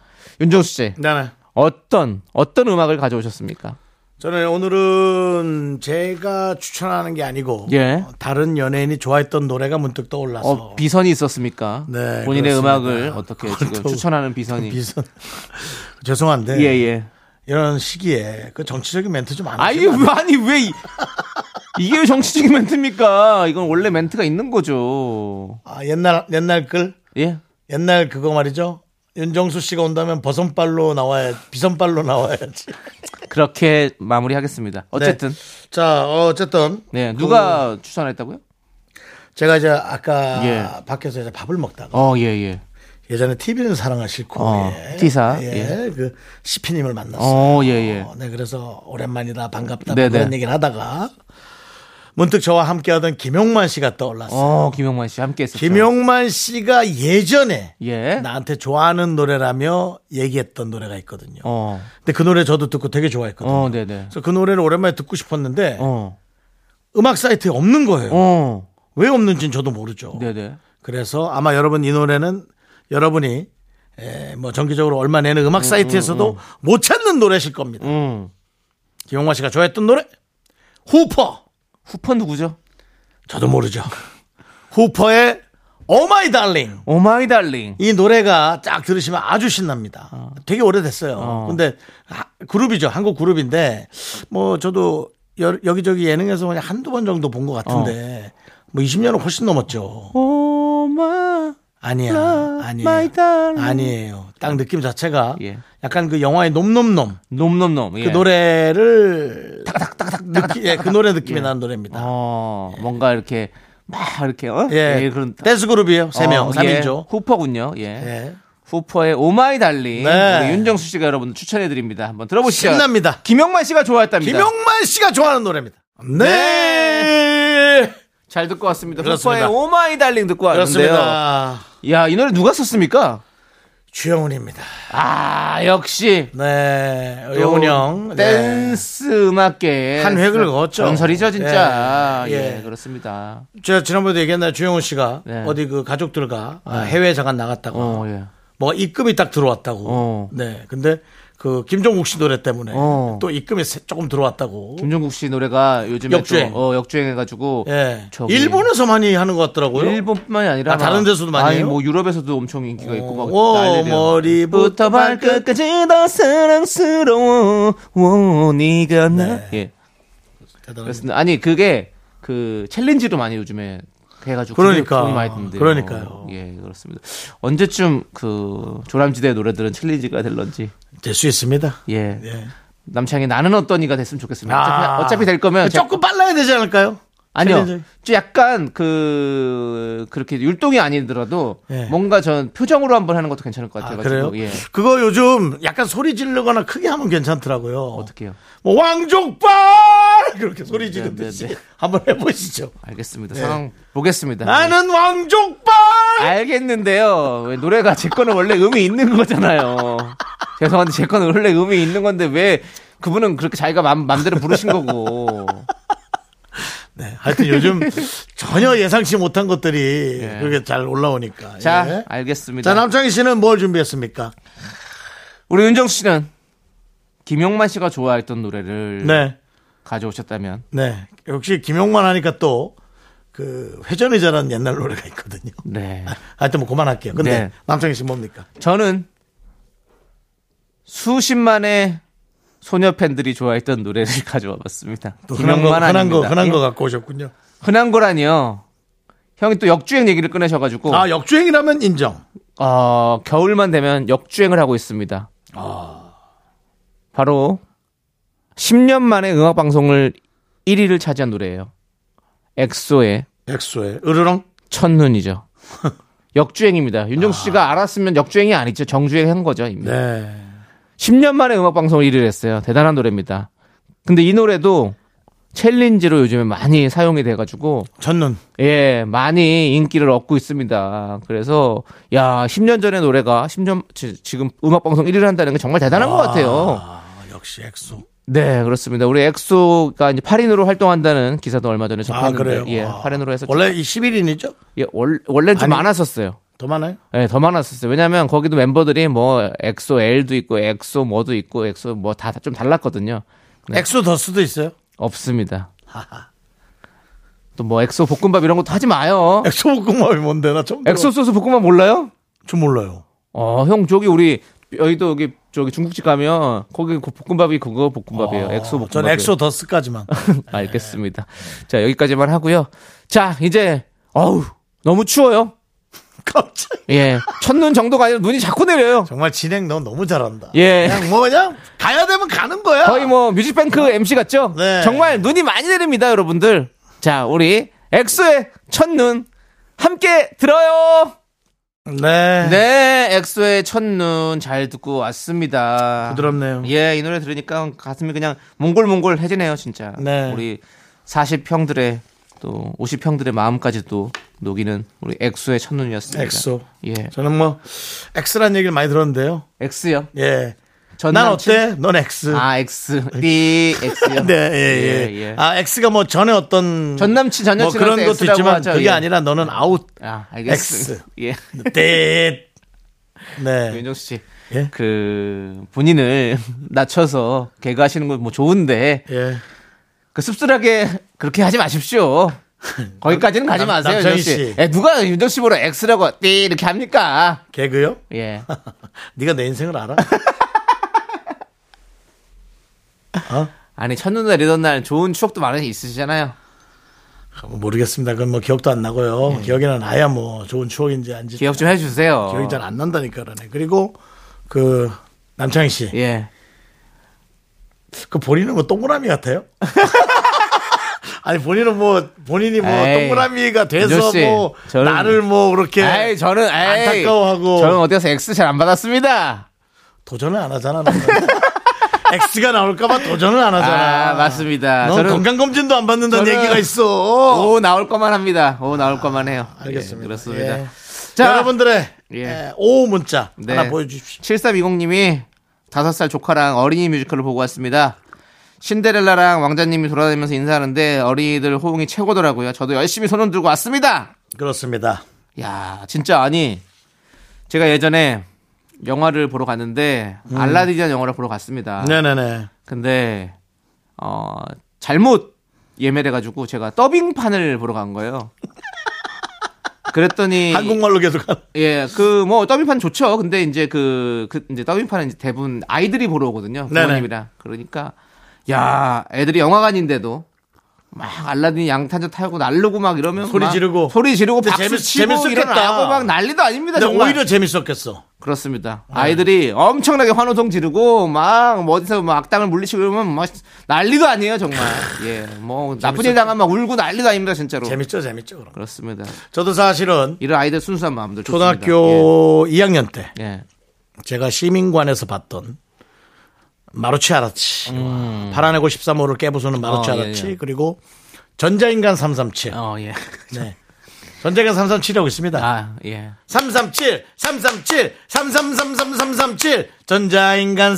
[SPEAKER 2] 윤종수 씨.
[SPEAKER 1] 나는
[SPEAKER 2] 어떤 어떤 음악을 가져오셨습니까?
[SPEAKER 1] 저는 오늘은 제가 추천하는 게 아니고
[SPEAKER 2] 예.
[SPEAKER 1] 다른 연예인이 좋아했던 노래가 문득 떠올라서
[SPEAKER 2] 어, 비선이 있었습니까?
[SPEAKER 1] 네,
[SPEAKER 2] 본인의
[SPEAKER 1] 그렇습니다.
[SPEAKER 2] 음악을 어떻게
[SPEAKER 1] 그걸
[SPEAKER 2] 지금
[SPEAKER 1] 또-
[SPEAKER 2] 추천하는 비선이.
[SPEAKER 1] 비선 죄송한데
[SPEAKER 2] 예, 예.
[SPEAKER 1] 이런 시기에 그 정치적인 멘트 좀 안
[SPEAKER 2] 아니, 왜,
[SPEAKER 1] 하시면 안 돼요?
[SPEAKER 2] 아니, 왜, 이- 이게 왜 정치적인 멘트입니까? 이건 원래 멘트가 있는 거죠.
[SPEAKER 1] 아, 옛날 옛날 글
[SPEAKER 2] 예?
[SPEAKER 1] 옛날 그거 말이죠. 윤정수 씨가 온다면 버선발로 나와야 비선발로 나와야지.
[SPEAKER 2] 그렇게 마무리하겠습니다. 어쨌든.
[SPEAKER 1] 네. 자 어쨌든
[SPEAKER 2] 네, 누가 추천했다고요?
[SPEAKER 1] 그 제가 이제 아까
[SPEAKER 2] 예.
[SPEAKER 1] 밖에서 이제 밥을 먹다가
[SPEAKER 2] 어, 예, 예.
[SPEAKER 1] 예전에 TV는 사랑을 싫고
[SPEAKER 2] 어,
[SPEAKER 1] 예.
[SPEAKER 2] T사,
[SPEAKER 1] 예. 그 시피님을 만났어요.
[SPEAKER 2] 어, 예, 예.
[SPEAKER 1] 어, 네, 그래서 오랜만이다 반갑다 뭐
[SPEAKER 2] 네네.
[SPEAKER 1] 그런 얘기를 하다가 문득 저와 함께하던 김용만 씨가 떠올랐어요.
[SPEAKER 2] 어, 김용만 씨 함께 했었죠.
[SPEAKER 1] 김용만 씨가 예전에
[SPEAKER 2] 예.
[SPEAKER 1] 나한테 좋아하는 노래라며 얘기했던 노래가 있거든요.
[SPEAKER 2] 어.
[SPEAKER 1] 근데 그 노래 저도 듣고 되게 좋아했거든요.
[SPEAKER 2] 어, 네, 네.
[SPEAKER 1] 그래서 그 노래를 오랜만에 듣고 싶었는데
[SPEAKER 2] 어.
[SPEAKER 1] 음악 사이트에 없는 거예요.
[SPEAKER 2] 어.
[SPEAKER 1] 왜 없는지는 저도 모르죠.
[SPEAKER 2] 네, 네.
[SPEAKER 1] 그래서 아마 여러분 이 노래는 여러분이 에, 뭐 정기적으로 얼마 내는 음악 사이트에서도 못 찾는 노래실 겁니다.
[SPEAKER 2] 음.
[SPEAKER 1] 김용만 씨가 좋아했던 노래 후퍼
[SPEAKER 2] 후퍼 누구죠?
[SPEAKER 1] 저도 모르죠. 후퍼의 Oh My Darling
[SPEAKER 2] 오마이 달링.
[SPEAKER 1] 이 노래가 쫙 들으시면 아주 신납니다.
[SPEAKER 2] 어.
[SPEAKER 1] 되게 오래됐어요. 근데 하- 그룹이죠. 한국 그룹인데 뭐 저도 여, 기저기 예능에서 그냥 한두 번 정도 본 것 같은데
[SPEAKER 2] 어.
[SPEAKER 1] 뭐 20년은 훨씬 넘었죠.
[SPEAKER 2] Oh 오마.
[SPEAKER 1] 아니야.
[SPEAKER 2] my
[SPEAKER 1] 아니에요.
[SPEAKER 2] darling.
[SPEAKER 1] 아니에요. 딱 느낌 자체가
[SPEAKER 2] 예.
[SPEAKER 1] 약간 그 영화의 놈놈놈
[SPEAKER 2] 놈놈놈. 예.
[SPEAKER 1] 그 노래를 딱딱딱딱 느끼, 예, 그 노래 느낌이 나는 노래입니다.
[SPEAKER 2] 어, 뭔가 이렇게 막 이렇게 어?
[SPEAKER 1] 예.
[SPEAKER 2] 그런
[SPEAKER 1] 댄스 그룹이에요. 세 명,
[SPEAKER 2] 어,
[SPEAKER 1] 삼
[SPEAKER 2] 예.
[SPEAKER 1] 인조
[SPEAKER 2] 후퍼군요. 예.
[SPEAKER 1] 예.
[SPEAKER 2] 후퍼의 오마이 달링.
[SPEAKER 1] 네.
[SPEAKER 2] 우리 윤정수 씨가 여러분 추천해 드립니다. 한번 들어보시죠.
[SPEAKER 1] 신납니다.
[SPEAKER 2] 김영만 씨가 좋아했답니다.
[SPEAKER 1] 김용만 씨가 좋아하는 노래입니다. 네.
[SPEAKER 2] 잘 듣고 왔습니다.
[SPEAKER 1] 그렇습니다.
[SPEAKER 2] 후퍼의 오마이 달링 듣고 왔는데요.
[SPEAKER 1] 그렇습니다.
[SPEAKER 2] 야, 이 노래 누가 썼습니까?
[SPEAKER 1] 주영훈입니다.
[SPEAKER 2] 아, 역시
[SPEAKER 1] 네. 영훈 형. 네.
[SPEAKER 2] 댄스 음악계
[SPEAKER 1] 한 획을 그었죠.
[SPEAKER 2] 전설이죠, 진짜.
[SPEAKER 1] 예.
[SPEAKER 2] 예,
[SPEAKER 1] 예.
[SPEAKER 2] 그렇습니다.
[SPEAKER 1] 제가 지난번에도 얘기했나요? 주영훈 씨가
[SPEAKER 2] 네.
[SPEAKER 1] 어디 그 가족들과 아, 해외에 잠깐 나갔다가
[SPEAKER 2] 어, 예.
[SPEAKER 1] 뭐 입금이 딱 들어왔다고.
[SPEAKER 2] 어.
[SPEAKER 1] 네. 근데 그 김종국 씨 노래 때문에
[SPEAKER 2] 어.
[SPEAKER 1] 또 입금이 세- 조금 들어왔다고.
[SPEAKER 2] 김종국 씨 노래가 요즘에
[SPEAKER 1] 역주행.
[SPEAKER 2] 또, 어, 역주행해가지고
[SPEAKER 1] 예.
[SPEAKER 2] 저기-
[SPEAKER 1] 일본에서 많이 하는 것 같더라고요.
[SPEAKER 2] 일본뿐만이 아니라
[SPEAKER 1] 아, 다른 데서도 많이
[SPEAKER 2] 아니,
[SPEAKER 1] 해요?
[SPEAKER 2] 뭐 유럽에서도 엄청 인기가 있고 막
[SPEAKER 1] 오,
[SPEAKER 2] 난리네요.
[SPEAKER 1] 머리부터 발끝까지
[SPEAKER 2] 다 사랑스러워 오, 네가 나
[SPEAKER 1] 네.
[SPEAKER 2] 예.
[SPEAKER 1] 대단합니다.
[SPEAKER 2] 그렇습니다. 아니 그게 그 챌린지로 많이 요즘에 해가지고
[SPEAKER 1] 그러니까.
[SPEAKER 2] 되게 많이 듣는데요.
[SPEAKER 1] 그러니까요.
[SPEAKER 2] 예 그렇습니다. 언제쯤 그 조남지대 노래들은 챌린지가 될런지
[SPEAKER 1] 될 수 있습니다.
[SPEAKER 2] 예.
[SPEAKER 1] 예.
[SPEAKER 2] 남창이 나는 어떤 이가 됐으면 좋겠습니다.
[SPEAKER 1] 아.
[SPEAKER 2] 어차피, 어차피 될 거면 제가-
[SPEAKER 1] 조금 빨라야 되지 않을까요?
[SPEAKER 2] 아니요.
[SPEAKER 1] 챌린지.
[SPEAKER 2] 좀 약간 그 그렇게 율동이 아니더라도
[SPEAKER 1] 예.
[SPEAKER 2] 뭔가 전 표정으로 한번 하는 것도 괜찮을 것
[SPEAKER 1] 아,
[SPEAKER 2] 같아요.
[SPEAKER 1] 그래요?
[SPEAKER 2] 예.
[SPEAKER 1] 그거 요즘 약간 소리 지르거나 크게 하면 괜찮더라고요.
[SPEAKER 2] 어떻게요?
[SPEAKER 1] 뭐 왕족발 그렇게 소리
[SPEAKER 2] 네,
[SPEAKER 1] 지르듯이
[SPEAKER 2] 네, 네.
[SPEAKER 1] 한번 해보시죠.
[SPEAKER 2] 알겠습니다. 상황 보겠습니다.
[SPEAKER 1] 예. 나는 왕족발.
[SPEAKER 2] 아. 알겠는데요. 왜 노래가 제 거는 원래 음이 있는 거잖아요. 죄송한데 제 거는 원래 음이 있는 건데 왜 그분은 그렇게 자기가 맘, 맘대로 부르신 거고.
[SPEAKER 1] 네, 하여튼 요즘 전혀 예상치 못한 것들이 그렇게 잘 올라오니까.
[SPEAKER 2] 예. 자,
[SPEAKER 1] 예.
[SPEAKER 2] 알겠습니다.
[SPEAKER 1] 자 남창희 씨는 뭘 준비했습니까?
[SPEAKER 2] 우리 윤정수 씨는 김용만 씨가 좋아했던 노래를
[SPEAKER 1] 네,
[SPEAKER 2] 가져오셨다면
[SPEAKER 1] 네. 역시 김용만 하니까 또 그 회전의자라는 옛날 노래가 있거든요.
[SPEAKER 2] 네.
[SPEAKER 1] 하여튼 뭐 그만할게요. 근데
[SPEAKER 2] 네.
[SPEAKER 1] 남창희 씨 뭡니까?
[SPEAKER 2] 저는 수십만의 소녀 팬들이 좋아했던 노래를 가져와 봤습니다.
[SPEAKER 1] 또 흔한 거, 흔한 거,
[SPEAKER 2] 아닙니다.
[SPEAKER 1] 흔한
[SPEAKER 2] 예?
[SPEAKER 1] 거 갖고 오셨군요.
[SPEAKER 2] 흔한 거라니요. 형이 또 역주행 얘기를 꺼내셔가지고
[SPEAKER 1] 아, 역주행이라면 인정.
[SPEAKER 2] 어, 겨울만 되면 역주행을 하고 있습니다. 바로 10년 만에 음악 방송을 1위를 차지한 노래예요. 엑소의
[SPEAKER 1] 엑소의 으르렁.
[SPEAKER 2] 첫눈이죠. 역주행입니다. 윤정수 씨가 알았으면 역주행이 아니죠. 정주행 한 거죠. 이미.
[SPEAKER 1] 네.
[SPEAKER 2] 10년 만에 음악 방송을 1위를 했어요. 대단한 노래입니다. 근데 이 노래도 챌린지로 요즘에 많이 사용이 돼가지고
[SPEAKER 1] 첫눈.
[SPEAKER 2] 예, 많이 인기를 얻고 있습니다. 그래서 야, 10년 전의 노래가 10년 지, 지금 음악 방송 1위를 한다는 게 정말 대단한 것 같아요.
[SPEAKER 1] 아, 역시 엑소.
[SPEAKER 2] 네, 그렇습니다. 우리 엑소가 이제 8인으로 활동한다는 기사도 얼마 전에
[SPEAKER 1] 아,
[SPEAKER 2] 접했는데
[SPEAKER 1] 그래요?
[SPEAKER 2] 예,
[SPEAKER 1] 와.
[SPEAKER 2] 8인으로 해서
[SPEAKER 1] 원래 이 11인이죠?
[SPEAKER 2] 예, 월, 원래는 좀
[SPEAKER 1] 아니.
[SPEAKER 2] 많았었어요.
[SPEAKER 1] 더 많아요?
[SPEAKER 2] 예, 더 많았었어요. 왜냐면 하 거기도 멤버들이 뭐 엑소 L도 있고 엑소 뭐도 있고 엑소 뭐 다 좀 달랐거든요.
[SPEAKER 1] 엑소 더스도 있어요.
[SPEAKER 2] 없습니다. 또 뭐 엑소 볶음밥 이런 것도 하지 마요.
[SPEAKER 1] 엑소 볶음밥이 뭔데 나 처음
[SPEAKER 2] 엑소 소스 볶음밥 몰라요?
[SPEAKER 1] 좀 몰라요.
[SPEAKER 2] 어, 형 저기 우리 여의도 여기 저기 중국집 가면 거기 그 볶음밥이 그거 볶음밥이에요. 엑소 볶음밥.
[SPEAKER 1] 아, 전 엑소 더스까지만.
[SPEAKER 2] 알겠습니다. 자, 여기까지만 하고요. 자, 이제 어우, 너무 추워요.
[SPEAKER 1] 갑자기
[SPEAKER 2] 예. 첫눈 정도가 아니라 눈이 자꾸 내려요.
[SPEAKER 1] 정말 진행 너 너무 잘한다.
[SPEAKER 2] 예.
[SPEAKER 1] 그냥 뭐 그냥 가야 되면 가는 거야.
[SPEAKER 2] 거의 뭐 뮤직뱅크 MC 같죠?
[SPEAKER 1] 네.
[SPEAKER 2] 정말 눈이 많이 내립니다, 여러분들. 자, 우리 엑소의 첫눈 함께 들어요.
[SPEAKER 1] 네.
[SPEAKER 2] 네, 엑소의 첫눈 잘 듣고 왔습니다.
[SPEAKER 1] 부드럽네요.
[SPEAKER 2] 예, 이 노래 들으니까 가슴이 그냥 몽골몽골 해지네요, 진짜.
[SPEAKER 1] 네.
[SPEAKER 2] 우리 40평들의 또 50평들의 마음까지도 녹이는 우리 엑소의 첫눈이었습니다.
[SPEAKER 1] 엑소.
[SPEAKER 2] 예.
[SPEAKER 1] 저는 뭐 엑스란 얘기를 많이 들었는데요.
[SPEAKER 2] 엑스요.
[SPEAKER 1] 예.
[SPEAKER 2] 전
[SPEAKER 1] 난
[SPEAKER 2] 남친?
[SPEAKER 1] 어때? 넌 엑스.
[SPEAKER 2] 아, 엑스. 리 엑스요.
[SPEAKER 1] 네, 예, 예.
[SPEAKER 2] 예, 예.
[SPEAKER 1] 아, 엑스가 뭐 전에 어떤
[SPEAKER 2] 전 남친, 전
[SPEAKER 1] 뭐
[SPEAKER 2] 여친한테
[SPEAKER 1] 그런 것도
[SPEAKER 2] X라고
[SPEAKER 1] 있지만
[SPEAKER 2] 하죠.
[SPEAKER 1] 그게
[SPEAKER 2] 예.
[SPEAKER 1] 아니라 너는 아웃.
[SPEAKER 2] 아, 알겠습니다. 예.
[SPEAKER 1] 뗏. 네.
[SPEAKER 2] 윤정수 씨.
[SPEAKER 1] 예?
[SPEAKER 2] 그 본인을 낮춰서 개그하시는 건 뭐 좋은데
[SPEAKER 1] 예.
[SPEAKER 2] 그 씁쓸하게 그렇게 하지 마십시오. 거기까지는
[SPEAKER 1] 남-
[SPEAKER 2] 가지 마세요,
[SPEAKER 1] 남창희
[SPEAKER 2] 윤정 씨.
[SPEAKER 1] 씨.
[SPEAKER 2] 예, 누가 윤정 씨 보러 X라고 띠 이렇게 합니까?
[SPEAKER 1] 개그요?
[SPEAKER 2] 예.
[SPEAKER 1] 네가 내 인생을 알아?
[SPEAKER 2] 아니 첫눈 내리던 날 좋은 추억도 많이 있으시잖아요.
[SPEAKER 1] 모르겠습니다. 그건 뭐 기억도 안 나고요. 기억이나 나야 뭐 좋은 추억인지 아닌지
[SPEAKER 2] 예. 기억 좀 해주세요.
[SPEAKER 1] 기억이 잘 안 난다니까 그러네. 그리고 그 남창희 씨,
[SPEAKER 2] 예.
[SPEAKER 1] 그 본인은 뭐 동그라미 같아요? 아니 본인은 뭐 본인이 뭐
[SPEAKER 2] 에이,
[SPEAKER 1] 동그라미가 돼서
[SPEAKER 2] 윤정 씨,
[SPEAKER 1] 뭐
[SPEAKER 2] 저는-
[SPEAKER 1] 나를 뭐 그렇게
[SPEAKER 2] 에이 저는 에이,
[SPEAKER 1] 안타까워하고.
[SPEAKER 2] 저는 어디 가서 X 잘 안 받았습니다.
[SPEAKER 1] 도전을 안 하잖아. 나는. X가 나올까봐 도전을 안 하잖아.
[SPEAKER 2] 아, 맞습니다.
[SPEAKER 1] 넌
[SPEAKER 2] 저는-
[SPEAKER 1] 건강검진도 안 받는다는
[SPEAKER 2] 저는-
[SPEAKER 1] 얘기가 있어.
[SPEAKER 2] 오 나올 것만 합니다. 오 나올 것만 해요.
[SPEAKER 1] 알겠습니다.
[SPEAKER 2] 예, 그렇습니다.
[SPEAKER 1] 예.
[SPEAKER 2] 자
[SPEAKER 1] 여러분들의
[SPEAKER 2] 예.
[SPEAKER 1] 에, 오후 문자
[SPEAKER 2] 네.
[SPEAKER 1] 하나 보여주십시오.
[SPEAKER 2] 7320님이 5살 조카랑 어린이 뮤지컬을 보고 왔습니다. 신데렐라랑 왕자님이 돌아다니면서 인사하는데 어린이들 호응이 최고더라고요. 저도 열심히 손을 들고 왔습니다.
[SPEAKER 1] 그렇습니다.
[SPEAKER 2] 야, 진짜 아니. 제가 예전에 영화를 보러 갔는데 알라딘이라는 영화를 보러 갔습니다.
[SPEAKER 1] 음. 네네네.
[SPEAKER 2] 근데 어, 잘못 예매를 해 가지고 제가 더빙판을 보러 간 거예요. 그랬더니
[SPEAKER 1] 한국말로 계속 하는.
[SPEAKER 2] 예, 그 뭐 더빙판 좋죠. 근데 이제 그, 그 이제 더빙판은 이제 대부분 아이들이 보러 오거든요.
[SPEAKER 1] 네네.
[SPEAKER 2] 부모님이랑. 그러니까 야, 애들이 영화관인데도 막 알라딘 양탄자 타고 날르고 막 이러면
[SPEAKER 1] 소리
[SPEAKER 2] 막
[SPEAKER 1] 지르고.
[SPEAKER 2] 소리 지르고
[SPEAKER 1] 근데
[SPEAKER 2] 박수
[SPEAKER 1] 재밌-
[SPEAKER 2] 치고
[SPEAKER 1] 재밌었겠다.
[SPEAKER 2] 일어나고 막 난리도 아닙니다.
[SPEAKER 1] 근데
[SPEAKER 2] 정말.
[SPEAKER 1] 오히려 네. 재밌었겠어.
[SPEAKER 2] 그렇습니다. 아이들이 엄청나게 환호성 지르고 막 어디서 막 악당을 물리치고 이러면 막 난리도 아니에요, 정말. 예. 뭐 나쁜 일 당하면 막 울고 난리도 아닙니다, 진짜로.
[SPEAKER 1] 재밌죠, 재밌죠. 그럼.
[SPEAKER 2] 그렇습니다.
[SPEAKER 1] 저도 사실은
[SPEAKER 2] 이런 아이들 순수한 마음들 좋습니다.
[SPEAKER 1] 초등학교 2학년 때
[SPEAKER 2] 예. 예.
[SPEAKER 1] 제가 시민관에서 봤던 마루치 아라치. 파란의 고 13호를 깨부수는 마루치
[SPEAKER 2] 음. 어, 예,
[SPEAKER 1] 아라치.
[SPEAKER 2] 예.
[SPEAKER 1] 그리고 전자인간 337.
[SPEAKER 2] 어, 예.
[SPEAKER 1] 네. 전자가 337이라고 있습니다.
[SPEAKER 2] 아, 예.
[SPEAKER 1] 337, 337, 3333337, 전자인간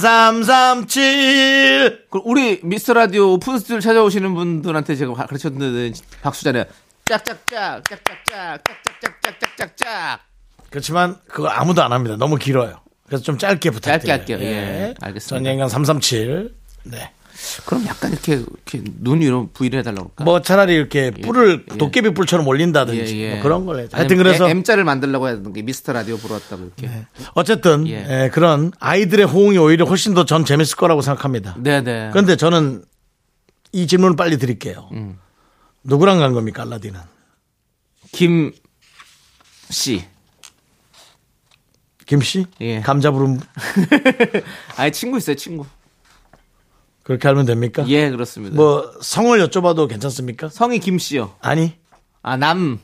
[SPEAKER 1] 337.
[SPEAKER 2] 그 우리 미스터 라디오 오픈 스튜디오 찾아오시는 분들한테 제가 가르쳤는데 박수잖아요. 짝짝짝 짝짝짝 짝짝짝짝짝짝짝
[SPEAKER 1] 그렇지만 그거 아무도 안 합니다. 너무 길어요. 그래서 좀 짧게 부탁드려요. 네.
[SPEAKER 2] 할게요. 예, 알겠습니다.
[SPEAKER 1] 전자인간 337. 네.
[SPEAKER 2] 그럼 약간 이렇게 이렇게 눈 위로 부위를 해달라고 할까?
[SPEAKER 1] 뭐 차라리 이렇게 뿔을
[SPEAKER 2] 아. 예.
[SPEAKER 1] 도깨비 뿔처럼 올린다든지
[SPEAKER 2] 예, 예.
[SPEAKER 1] 뭐 그런 걸 해야죠.
[SPEAKER 2] 아니면 예,
[SPEAKER 1] 하여튼 그래서 네.
[SPEAKER 2] M, 자를 만들려고 해야 되는 게 미스터 라디오 보러 왔다고 이렇게.
[SPEAKER 1] 어쨌든
[SPEAKER 2] 예.
[SPEAKER 1] 예, 그런 아이들의 호응이 오히려 훨씬 더 전 재밌을 거라고 생각합니다.
[SPEAKER 2] 네, 네.
[SPEAKER 1] 그런데 저는 이 질문을 빨리 드릴게요.
[SPEAKER 2] 음.
[SPEAKER 1] 누구랑 간 겁니까, 알라딘은?
[SPEAKER 2] 김 씨.
[SPEAKER 1] 김씨?
[SPEAKER 2] 예.
[SPEAKER 1] 감자 부름
[SPEAKER 2] 아니 친구 있어요, 친구.
[SPEAKER 1] 그렇게 알면 됩니까?
[SPEAKER 2] 예, 그렇습니다.
[SPEAKER 1] 뭐 성을 여쭤봐도 괜찮습니까?
[SPEAKER 2] 성이 김 씨요.
[SPEAKER 1] 아니
[SPEAKER 2] 아, 남.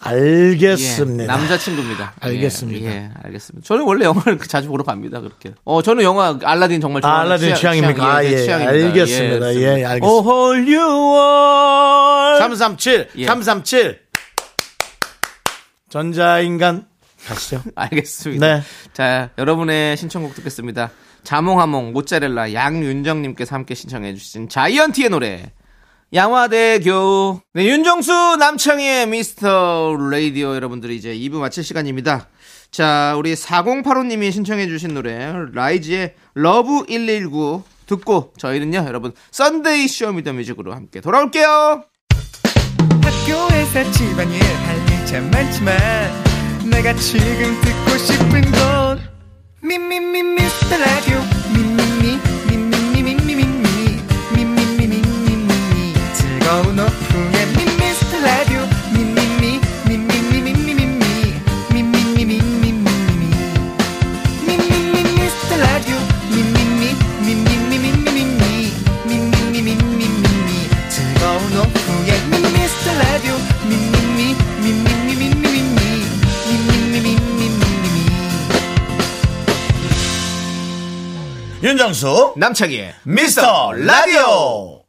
[SPEAKER 1] 알겠습니다.
[SPEAKER 2] 예, 남자친구입니다.
[SPEAKER 1] 알겠습니다.
[SPEAKER 2] 예, 예, 알겠습니다. 저는 원래 영화를 자주 보러 갑니다, 그렇게. 어, 저는 영화 알라딘
[SPEAKER 1] 아,
[SPEAKER 2] 정말 좋아하는
[SPEAKER 1] 알라딘
[SPEAKER 2] 취향- 네,
[SPEAKER 1] 취향입니까?
[SPEAKER 2] 취향,
[SPEAKER 1] 아, 예.
[SPEAKER 2] 취향입니다.
[SPEAKER 1] 알겠습니다. 예, 알겠습니다.
[SPEAKER 2] 오, 홀 유, 월.
[SPEAKER 1] 337,
[SPEAKER 2] 예.
[SPEAKER 1] 337. 전자인간 가시죠.
[SPEAKER 2] 알겠습니다.
[SPEAKER 1] 네.
[SPEAKER 2] 자, 여러분의 신청곡 듣겠습니다. 자몽하몽, 모짜렐라, 양윤정님께서 함께 신청해주신 자이언티의 노래. 양화대교. 네, 윤정수 남창희의 미스터 레이디오 여러분들이 이제 2부 마칠 시간입니다. 자, 우리 4085님이 신청해주신 노래, 라이즈의 러브 119 듣고 저희는요 여러분 썬데이 쇼미더뮤직으로 함께 돌아올게요.
[SPEAKER 4] 학교에서 집안일 할 일 참 많지만 내가 지금 듣고 싶은 건 미미미 미스터 라디오 미미미 미미미 미미미 미미미 미미미 미미미 즐거운 오후에 미스터 라디오 미미미 미미미 미미미 미미미 미미미 미미미
[SPEAKER 1] 윤정수
[SPEAKER 2] 남창희의
[SPEAKER 1] 미스터 라디오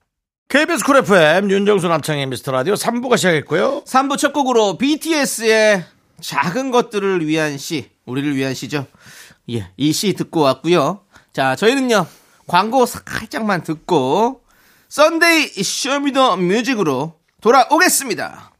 [SPEAKER 1] KBS 쿨 FM 윤정수 남창의 미스터 라디오 3부가 시작했고요
[SPEAKER 2] 3부 첫 곡으로 BTS의 작은 것들을 위한 시, 우리를 위한 시죠. 예, 이 시 듣고 왔고요. 자, 저희는요. 광고 살짝만 듣고 썬데이 쇼미더 뮤직으로 돌아오겠습니다.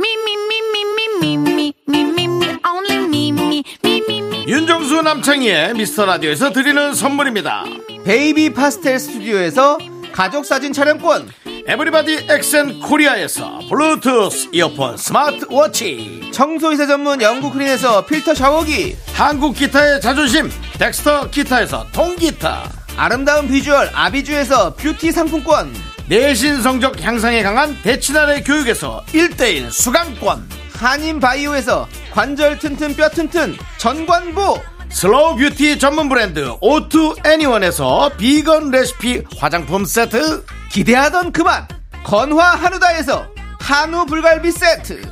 [SPEAKER 3] Me, me, me, me, me, me, me, me, me, me, only me, me, me, me, me.
[SPEAKER 1] 윤정수 남창의 미스터 라디오에서 드리는 선물입니다
[SPEAKER 2] 베이비 파스텔 스튜디오에서 가족 사진 촬영권,
[SPEAKER 1] 에브리바디 엑센 코리아에서 블루투스 이어폰 스마트워치
[SPEAKER 2] 청소이사 전문 영국 크린에서 필터 샤워기,
[SPEAKER 1] 한국 기타의 자존심 덱스터 기타에서 통기타
[SPEAKER 2] 아름다운 비주얼 아비주에서 뷰티 상품권,
[SPEAKER 1] 내신 성적 향상에 강한 대치나래 교육에서 1대1 수강권
[SPEAKER 2] 한인 바이오에서 관절 튼튼 뼈 튼튼 전관보,
[SPEAKER 1] 슬로우 뷰티 전문 브랜드 오투 애니원에서 비건 레시피 화장품 세트
[SPEAKER 2] 기대하던 그만 건화 한우다에서 한우 불갈비 세트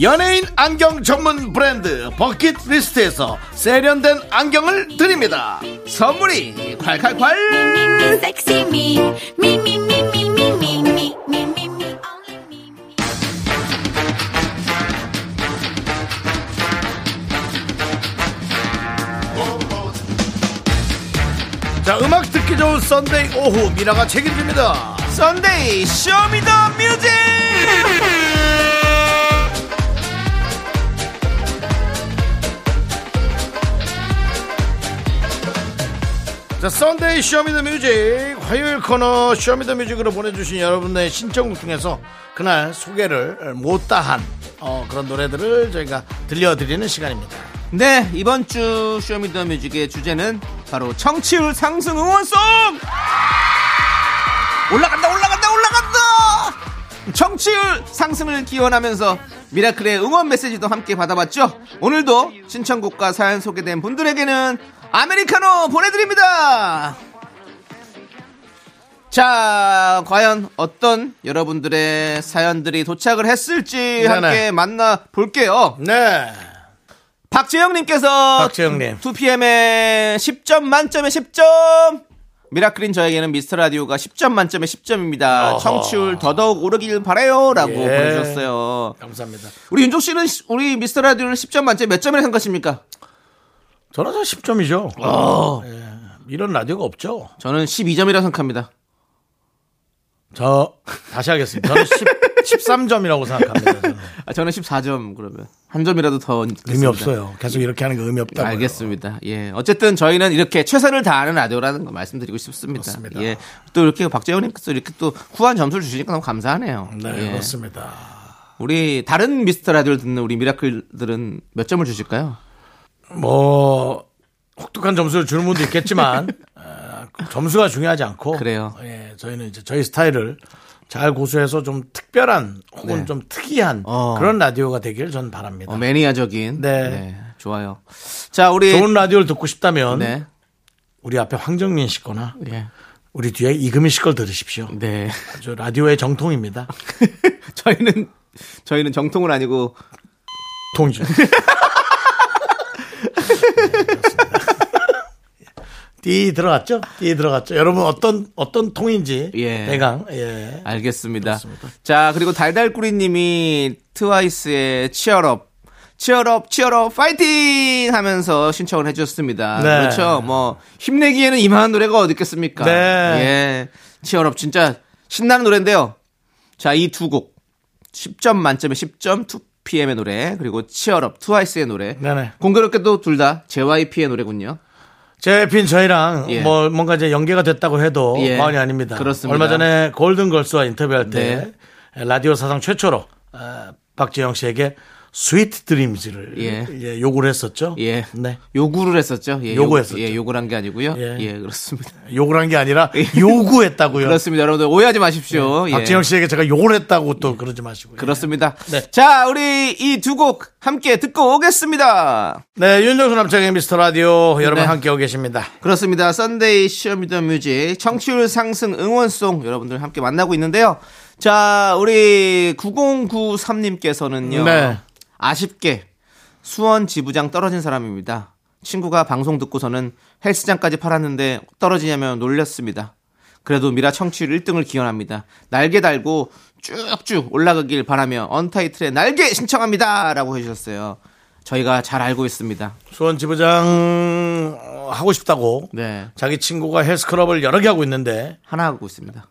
[SPEAKER 1] 연예인 안경 전문 브랜드 버킷리스트에서 세련된 안경을 드립니다
[SPEAKER 2] 선물이 콸콸콸
[SPEAKER 3] Sexy me, me, me, me, me, me, me, me, me, me, me, only me, me.
[SPEAKER 1] 자 음악 듣기 좋은 썬데이 오후 미라가 책임집니다
[SPEAKER 2] 썬데이 쇼미더 뮤직
[SPEAKER 1] 자, 썬데이 쇼미더뮤직 화요일 코너 쇼미더뮤직으로 보내주신 여러분의 신청곡 중에서 그날 소개를 못다한 어, 그런 노래들을 저희가 들려드리는 시간입니다.
[SPEAKER 2] 네 이번 주 쇼미더 뮤직의 주제는 바로 청취율 상승 응원송 올라간다 올라간다 올라간다 청취율 상승을 기원하면서 미라클의 응원 메시지도 함께 받아봤죠 오늘도 신청곡과 사연 소개된 분들에게는 아메리카노 보내드립니다 자, 과연 어떤 여러분들의 사연들이 도착을 했을지 함께 만나 볼게요.
[SPEAKER 1] 네.
[SPEAKER 2] 박재영님께서
[SPEAKER 1] 박재영님.
[SPEAKER 2] 2PM에 10점 만점에 10점! 미라클인 저에게는 미스터 라디오가 10점 만점에 10점입니다.
[SPEAKER 1] 어허.
[SPEAKER 2] 청취율 더더욱 오르길 바래요. 라고
[SPEAKER 1] 예.
[SPEAKER 2] 보내주셨어요.
[SPEAKER 1] 감사합니다.
[SPEAKER 2] 우리 윤종 씨는 시- 우리 미스터 라디오를 10점 만점에 몇 점이라고 생각하십니까?
[SPEAKER 1] 저는 10점이죠. 어. 예. 이런 라디오가 없죠.
[SPEAKER 2] 저는 12점이라고 생각합니다.
[SPEAKER 1] 저, 다시 하겠습니다. 저는 10, 13점이라고 생각합니다. 저는.
[SPEAKER 2] 아, 저는 14점 그러면. 한 점이라도 더.
[SPEAKER 1] 의미
[SPEAKER 2] 있겠습니다.
[SPEAKER 1] 없어요. 계속 이렇게 하는 거 의미 없다고.
[SPEAKER 2] 알겠습니다. 예. 어쨌든 저희는 이렇게 최선을 다하는 라디오라는 거 말씀드리고 싶습니다.
[SPEAKER 1] 그렇습니다.
[SPEAKER 2] 예. 또 이렇게 박재훈님께서 이렇게 또 후한 점수를 주시니까 너무 감사하네요.
[SPEAKER 1] 네,
[SPEAKER 2] 예.
[SPEAKER 1] 그렇습니다.
[SPEAKER 2] 우리 다른 미스터 라디오를 듣는 우리 미라클들은 몇 점을 주실까요?
[SPEAKER 1] 뭐, 혹독한 점수를 주는 분도 있겠지만, 아, 점수가 중요하지 않고.
[SPEAKER 2] 그래요.
[SPEAKER 1] 예, 저희는 이제 저희 스타일을 잘 고수해서 좀 특별한 혹은
[SPEAKER 2] 네.
[SPEAKER 1] 좀 특이한
[SPEAKER 2] 어.
[SPEAKER 1] 그런 라디오가 되길 전 바랍니다.
[SPEAKER 2] 어, 매니아적인.
[SPEAKER 1] 네.
[SPEAKER 2] 좋아요. 자, 우리
[SPEAKER 1] 좋은 라디오를 듣고 싶다면,
[SPEAKER 2] 네.
[SPEAKER 1] 우리 앞에 황정민 씨 거나,
[SPEAKER 2] 예.
[SPEAKER 1] 우리 뒤에 이금희 씨 걸 들으십시오.
[SPEAKER 2] 네.
[SPEAKER 1] 아주 라디오의 정통입니다.
[SPEAKER 2] 저희는 저희는 정통은 아니고
[SPEAKER 1] 통이죠. 띠 들어갔죠? 띠 들어갔죠? 여러분 어떤 어떤 통인지
[SPEAKER 2] 예.
[SPEAKER 1] 대강 예.
[SPEAKER 2] 알겠습니다. 자, 그리고 달달꾸리 님이 트와이스의 치얼업, 치얼업, 치얼업, 파이팅! 하면서 신청을 해주셨습니다.
[SPEAKER 1] 네.
[SPEAKER 2] 그렇죠. 뭐, 힘내기에는 이만한 노래가 어디 있겠습니까?
[SPEAKER 1] 네.
[SPEAKER 2] 예. 치얼업, 진짜 신나는 노래인데요. 자, 이 두 곡. 10점 만점에 10점, 2PM의 노래, 그리고 치얼업, 트와이스의 노래.
[SPEAKER 1] 네네.
[SPEAKER 2] 공교롭게도 둘 다 JYP의 노래군요.
[SPEAKER 1] 제핀 저희랑
[SPEAKER 2] 예.
[SPEAKER 1] 뭐 뭔가 이제 연계가 됐다고 해도
[SPEAKER 2] 예.
[SPEAKER 1] 과언이 아닙니다.
[SPEAKER 2] 그렇습니다. 네.
[SPEAKER 1] 얼마 전에 골든걸스와 인터뷰할 때 라디오 사상 최초로 아, 박재영 씨에게 스위트 드림즈를
[SPEAKER 2] 예.
[SPEAKER 1] 예, 요구를 했었죠.
[SPEAKER 2] 예.
[SPEAKER 1] 네.
[SPEAKER 2] 요구를 했었죠. 예,
[SPEAKER 1] 요구했었죠.
[SPEAKER 2] 요- 예, 요구를 한 게 아니고요.
[SPEAKER 1] 예.
[SPEAKER 2] 예, 그렇습니다.
[SPEAKER 1] 요구를 한 게 아니라 요구했다고요.
[SPEAKER 2] 예. 그렇습니다. 여러분들 오해하지 마십시오. 예.
[SPEAKER 1] 네. 박재영 씨에게 제가 욕을 했다고 또 그러지 마시고요.
[SPEAKER 2] 그렇습니다.
[SPEAKER 1] 네.
[SPEAKER 2] 자, 우리 이 두 곡 함께 듣고 오겠습니다.
[SPEAKER 1] 네, 윤정수 남창의 미스터 라디오 여러분
[SPEAKER 2] 네.
[SPEAKER 1] 함께하고 계십니다.
[SPEAKER 2] 그렇습니다. 썬데이 쇼미더 뮤직 청취율 상승 응원송 여러분들 함께 만나고 있는데요. 자, 우리 9093님께서는요.
[SPEAKER 1] 네.
[SPEAKER 2] 아쉽게 수원 지부장 떨어진 사람입니다. 친구가 방송 듣고서는 헬스장까지 팔았는데 떨어지냐며 놀렸습니다. 그래도 미라 청취율 1등을 기원합니다. 날개 달고 쭉쭉 올라가길 바라며 언타이틀의 날개 신청합니다. 라고 해주셨어요. 저희가 잘 알고 있습니다.
[SPEAKER 1] 수원 지부장 어, 하고 싶다고
[SPEAKER 2] 네.
[SPEAKER 1] 자기 친구가 헬스클럽을 여러 개 하고 있는데
[SPEAKER 2] 하나 하고 있습니다.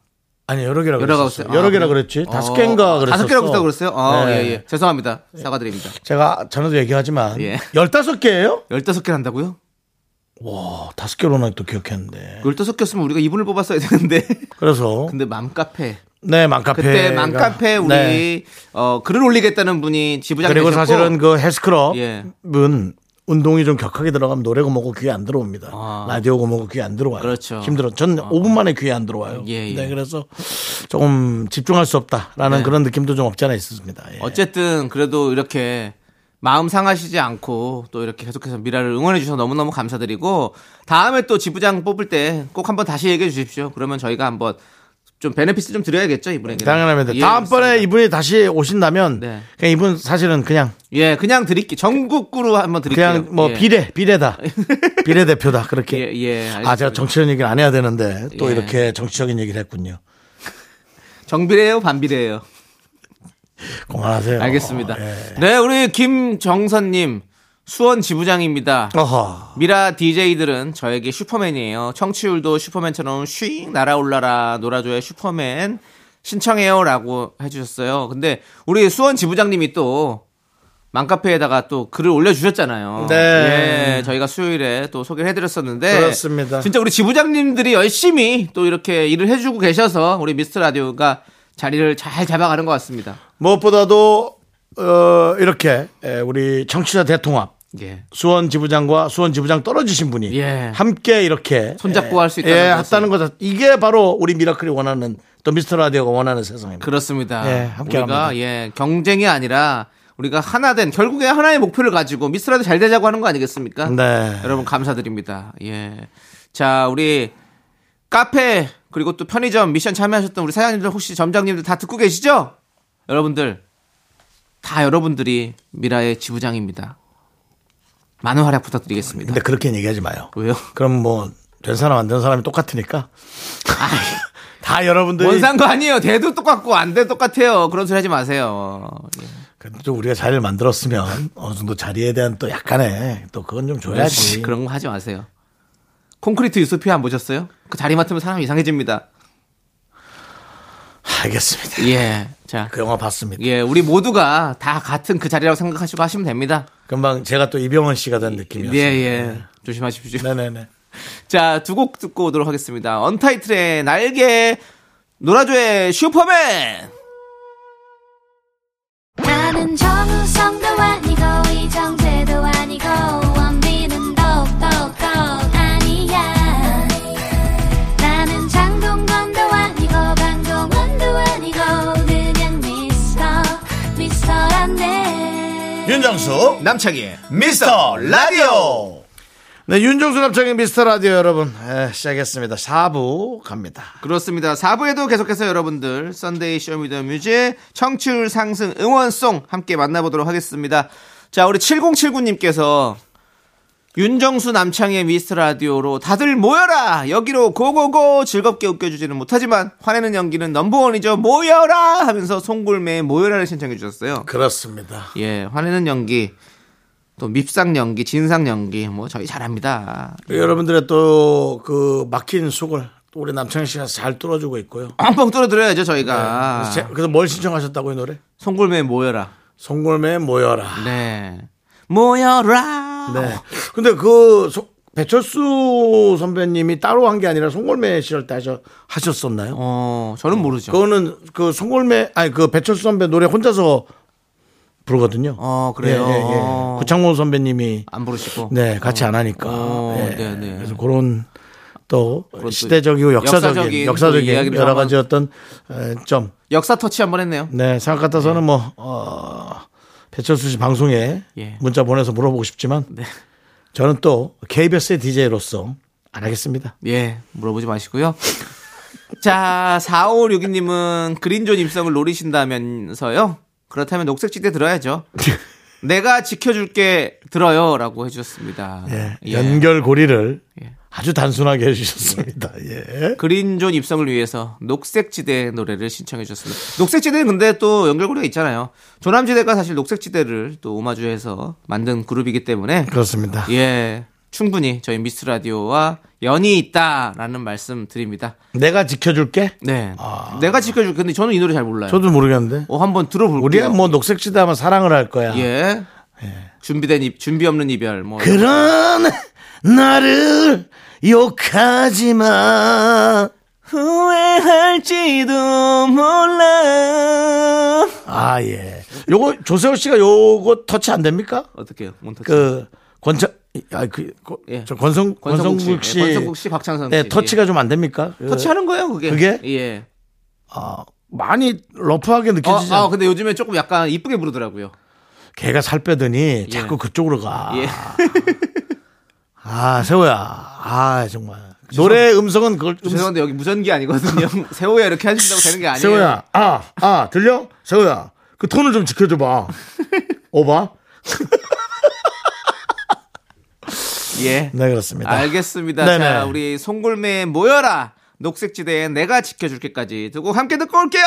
[SPEAKER 1] 아니 여러 개라고
[SPEAKER 2] 여러 아,
[SPEAKER 1] 그랬었어요.
[SPEAKER 2] 가고
[SPEAKER 1] 여러 개라 그랬지 다섯 개인가 그랬었어.
[SPEAKER 2] 아, 다섯 개라고 했다고 그랬어요? 아,
[SPEAKER 1] 네.
[SPEAKER 2] 예, 예. 죄송합니다. 사과드립니다.
[SPEAKER 1] 제가 전에도 얘기하지만
[SPEAKER 2] 예.
[SPEAKER 1] 열다섯 개예요?
[SPEAKER 2] 열다섯 개를 한다고요?
[SPEAKER 1] 와 다섯 개로는 또 기억했는데.
[SPEAKER 2] 열다섯 개였으면 우리가 이분을 뽑았어야 되는데.
[SPEAKER 1] 그래서
[SPEAKER 2] 근데 맘카페.
[SPEAKER 1] 네 맘카페
[SPEAKER 2] 그때 맘카페 우리 어, 글을 올리겠다는 분이 지부장
[SPEAKER 1] 네. 그리고
[SPEAKER 2] 되셨고
[SPEAKER 1] 사실은 그 헬스클럽은
[SPEAKER 2] 예.
[SPEAKER 1] 운동이 좀 격하게 들어가면 노래고 뭐고 귀에 안 들어옵니다.
[SPEAKER 2] 아.
[SPEAKER 1] 라디오고 뭐고 귀에 안 들어와요.
[SPEAKER 2] 그렇죠.
[SPEAKER 1] 힘들어. 전 5분 만에 귀에 안 들어와요.
[SPEAKER 2] 예, 네. 예.
[SPEAKER 1] 네, 그래서 조금 집중할 수 없다라는 그런 느낌도 좀 없지 않아 있습니다. 예.
[SPEAKER 2] 어쨌든 그래도 이렇게 마음 상하시지 않고 또 이렇게 계속해서 미라를 응원해 주셔서 너무너무 감사드리고 다음에 또 지부장 뽑을 때 꼭 한번 다시 얘기해 주십시오. 그러면 저희가 한번 좀 베네핏을 좀 드려야겠죠, 예, 이분에게.
[SPEAKER 1] 당연합니다. 다음번에 이분이 다시 오신다면
[SPEAKER 2] 네.
[SPEAKER 1] 그냥 이분 사실은 그냥
[SPEAKER 2] 예, 그냥 드릴게요. 전국구로 한번 드릴게요.
[SPEAKER 1] 그냥 뭐
[SPEAKER 2] 예.
[SPEAKER 1] 비례 비례다 비례 대표다 그렇게
[SPEAKER 2] 예, 예.
[SPEAKER 1] 아 제가 정치적인 얘기를 안 해야 되는데 또
[SPEAKER 2] 예.
[SPEAKER 1] 이렇게 정치적인 얘기를 했군요.
[SPEAKER 2] 정비례예요, 반비례예요.
[SPEAKER 1] 그만하세요.
[SPEAKER 2] 알겠습니다.
[SPEAKER 1] 예.
[SPEAKER 2] 네, 우리 김정선님 수원 지부장입니다.
[SPEAKER 1] 어허.
[SPEAKER 2] 미라 DJ들은 저에게 슈퍼맨이에요. 청취율도 슈퍼맨처럼 쉬잉 날아올라라 놀아줘야 슈퍼맨 신청해요라고 해주셨어요. 근데 우리 수원 지부장님이 또 맘카페에다가 또 글을 올려주셨잖아요.
[SPEAKER 1] 네.
[SPEAKER 2] 예, 저희가 수요일에 또 소개를 해드렸었는데.
[SPEAKER 1] 그렇습니다.
[SPEAKER 2] 진짜 우리 지부장님들이 열심히 또 이렇게 일을 해주고 계셔서 우리 미스터 라디오가 자리를 잘 잡아가는 것 같습니다.
[SPEAKER 1] 무엇보다도 어, 이렇게 에, 우리 청취자 대통합
[SPEAKER 2] 예.
[SPEAKER 1] 수원 지부장과 수원 지부장 떨어지신 분이
[SPEAKER 2] 예.
[SPEAKER 1] 함께 이렇게
[SPEAKER 2] 손잡고
[SPEAKER 1] 예,
[SPEAKER 2] 할수 있다는
[SPEAKER 1] 예,
[SPEAKER 2] 것은.
[SPEAKER 1] 했다는 것 이게 바로 우리 미라클이 원하는 또 미스터 라디오가 원하는 세상입니다.
[SPEAKER 2] 그렇습니다.
[SPEAKER 1] 예, 함께
[SPEAKER 2] 우리가
[SPEAKER 1] 합니다.
[SPEAKER 2] 예, 경쟁이 아니라 우리가 하나된 결국에 하나의 목표를 가지고 미스라도 잘 되자고 하는 거 아니겠습니까?
[SPEAKER 1] 네.
[SPEAKER 2] 여러분 감사드립니다. 예. 자, 우리 카페 그리고 또 편의점 미션 참여하셨던 우리 사장님들 혹시 점장님들 다 듣고 계시죠? 여러분들 다 여러분들이 미라의 지부장입니다. 많은 활약 부탁드리겠습니다.
[SPEAKER 1] 근데 그렇게 얘기하지 마요.
[SPEAKER 2] 왜요?
[SPEAKER 1] 그럼 뭐 된 사람 안 된 사람이 똑같으니까 다 여러분들이
[SPEAKER 2] 원산 거 아니에요. 대도 똑같고 안 돼 똑같아요. 그런 소리 하지 마세요. 예.
[SPEAKER 1] 그래도 좀 우리가 자리를 만들었으면 어느 정도 자리에 대한 또 약간의 또 그건 좀 줘야지.
[SPEAKER 2] 네, 그런 거 하지 마세요. 콘크리트 유소피아 안 보셨어요? 그 자리 맡으면 사람 이상해집니다.
[SPEAKER 1] 알겠습니다.
[SPEAKER 2] 예. 자.
[SPEAKER 1] 그 영화 봤습니다.
[SPEAKER 2] 예, 우리 모두가 다 같은 그 자리라고 생각하시고 하시면 됩니다.
[SPEAKER 1] 금방 제가 또 이병헌 씨가 된
[SPEAKER 2] 예,
[SPEAKER 1] 느낌이었어요.
[SPEAKER 2] 예. 조심하십시오.
[SPEAKER 1] 네네네.
[SPEAKER 2] 자, 두 곡 듣고 오도록 하겠습니다. 언타이틀의 날개, 노라조의 슈퍼맨!
[SPEAKER 3] 나는 정우성도 아니고 이정재도 아니고 원빈은 더욱더 아니야 나는 장동건도 아니고 강동원도 아니고 그냥 미스터 미스터란데
[SPEAKER 1] 윤정수
[SPEAKER 2] 남창희의
[SPEAKER 1] 미스터 라디오. 네, 윤정수 남창의 미스터 라디오 여러분 예, 시작했습니다. 4부 갑니다.
[SPEAKER 2] 그렇습니다. 4부에도 계속해서 여러분들 썬데이 쇼미더뮤직 청취율 상승 응원송 함께 만나보도록 하겠습니다. 자 우리 7079님께서 윤정수 남창의 미스터 라디오로 다들 모여라 여기로 고고고 즐겁게 웃겨주지는 못하지만 화내는 연기는 넘버원이죠 모여라 하면서 송골매의 모여라를 신청해 주셨어요.
[SPEAKER 1] 그렇습니다.
[SPEAKER 2] 예 화내는 연기 또 밉상 연기 진상 연기 뭐 저희 잘합니다.
[SPEAKER 1] 여러분들의 또 그 막힌 속을 또 우리 남창희 씨가 잘 뚫어주고 있고요. 네.
[SPEAKER 2] 뻥뻥 뚫어드려야죠 저희가
[SPEAKER 1] 그래서 제- 그래서 뭘 신청하셨다고요 노래?
[SPEAKER 2] 송골매 모여라.
[SPEAKER 1] 송골매 모여라.
[SPEAKER 2] 네. 모여라.
[SPEAKER 1] 네. 근데 그 소- 배철수 선배님이 따로 한 게 아니라 송골매 씨를 때 하셔, 하셨었나요?
[SPEAKER 2] 어, 저는 모르죠.
[SPEAKER 1] 그거는 그 송골매 아니 그 배철수 선배 노래 혼자서 부르거든요.
[SPEAKER 2] 어, 그래요?
[SPEAKER 1] 예, 예, 예.
[SPEAKER 2] 어.
[SPEAKER 1] 구창모 선배님이
[SPEAKER 2] 안 부르시고.
[SPEAKER 1] 네 같이 안 하니까.
[SPEAKER 2] 어,
[SPEAKER 1] 예.
[SPEAKER 2] 네, 네.
[SPEAKER 1] 그래서 그런 또
[SPEAKER 2] 또
[SPEAKER 1] 시대적이고 역사적인
[SPEAKER 2] 역사적인
[SPEAKER 1] 역사적인,
[SPEAKER 2] 또 이야기를
[SPEAKER 1] 여러
[SPEAKER 2] 한번-
[SPEAKER 1] 가지 어떤 에, 점.
[SPEAKER 2] 역사 터치 한번 했네요.
[SPEAKER 1] 네 생각 같아서는 뭐 어, 배철수 씨 방송에
[SPEAKER 2] 예. 네.
[SPEAKER 1] 문자 보내서 물어보고 싶지만 저는 또 KBS의 DJ로서 안 하겠습니다.
[SPEAKER 2] 예, 물어보지 마시고요. 자, 4562님은 그린존 입성을 노리신다면서요? 그렇다면 녹색지대 들어야죠. 내가 지켜줄게 들어요. 라고 해주셨습니다.
[SPEAKER 1] 예,
[SPEAKER 2] 예.
[SPEAKER 1] 연결고리를
[SPEAKER 2] 예.
[SPEAKER 1] 아주 단순하게 해주셨습니다. 예.
[SPEAKER 2] 그린존 입성을 위해서 녹색지대 노래를 신청해 주셨습니다. 녹색지대는 근데 또 연결고리가 있잖아요. 조남지대가 사실 녹색지대를 또 오마주해서 만든 그룹이기 때문에
[SPEAKER 1] 그렇습니다.
[SPEAKER 2] 예 충분히 저희 미스 라디오와 연이 있다라는 말씀 드립니다.
[SPEAKER 1] 내가 지켜줄게?
[SPEAKER 2] 네, 내가 지켜줄 근데 저는 이 노래 잘 몰라요.
[SPEAKER 1] 아. 저도 모르겠는데.
[SPEAKER 2] 어, 한번 들어볼게요.
[SPEAKER 1] 우리야 뭐 녹색지대 하면 사랑을 할 거야.
[SPEAKER 2] 예. 준비된 입 준비 없는 이별 뭐
[SPEAKER 1] 그런 나를 욕하지 마.
[SPEAKER 2] 후회할지도 몰라
[SPEAKER 1] 아, 예. 요거 조세호 씨가 요거 터치 안 됩니까?
[SPEAKER 2] 어떻게요? 몬터치.
[SPEAKER 1] 그 권창 아, 그, 고-
[SPEAKER 2] 예.
[SPEAKER 1] 저 권성
[SPEAKER 2] 권성국
[SPEAKER 1] 권성국
[SPEAKER 2] 씨.
[SPEAKER 1] 씨.
[SPEAKER 2] 예, 권성국 씨, 박찬선
[SPEAKER 1] 네,
[SPEAKER 2] 씨.
[SPEAKER 1] 터치가 좀 안 됩니까? 그-
[SPEAKER 2] 터치하는 거예요, 그게.
[SPEAKER 1] 그게?
[SPEAKER 2] 예.
[SPEAKER 1] 아, 많이 러프하게
[SPEAKER 2] 어,
[SPEAKER 1] 느껴지죠.
[SPEAKER 2] 아, 근데 요즘에 조금 약간 이쁘게 부르더라고요.
[SPEAKER 1] 걔가 살 빼더니 자꾸 그쪽으로 가.
[SPEAKER 2] 예.
[SPEAKER 1] 아, 세호야. 아, 정말. 노래 음성은 그걸 음-
[SPEAKER 2] 죄송한데 여기 무전기 아니거든요. 세호야 이렇게 하신다고 되는 게 아니에요.
[SPEAKER 1] 세호야. 아, 아, 들려? 세호야. 그 톤을 좀 지켜줘 봐. 오바.
[SPEAKER 2] 예.
[SPEAKER 1] 네, 그렇습니다.
[SPEAKER 2] 알겠습니다.
[SPEAKER 1] 네네.
[SPEAKER 2] 자, 우리 송골매 모여라. 녹색지대에 내가 지켜줄게까지 두고 함께 듣고 올게요.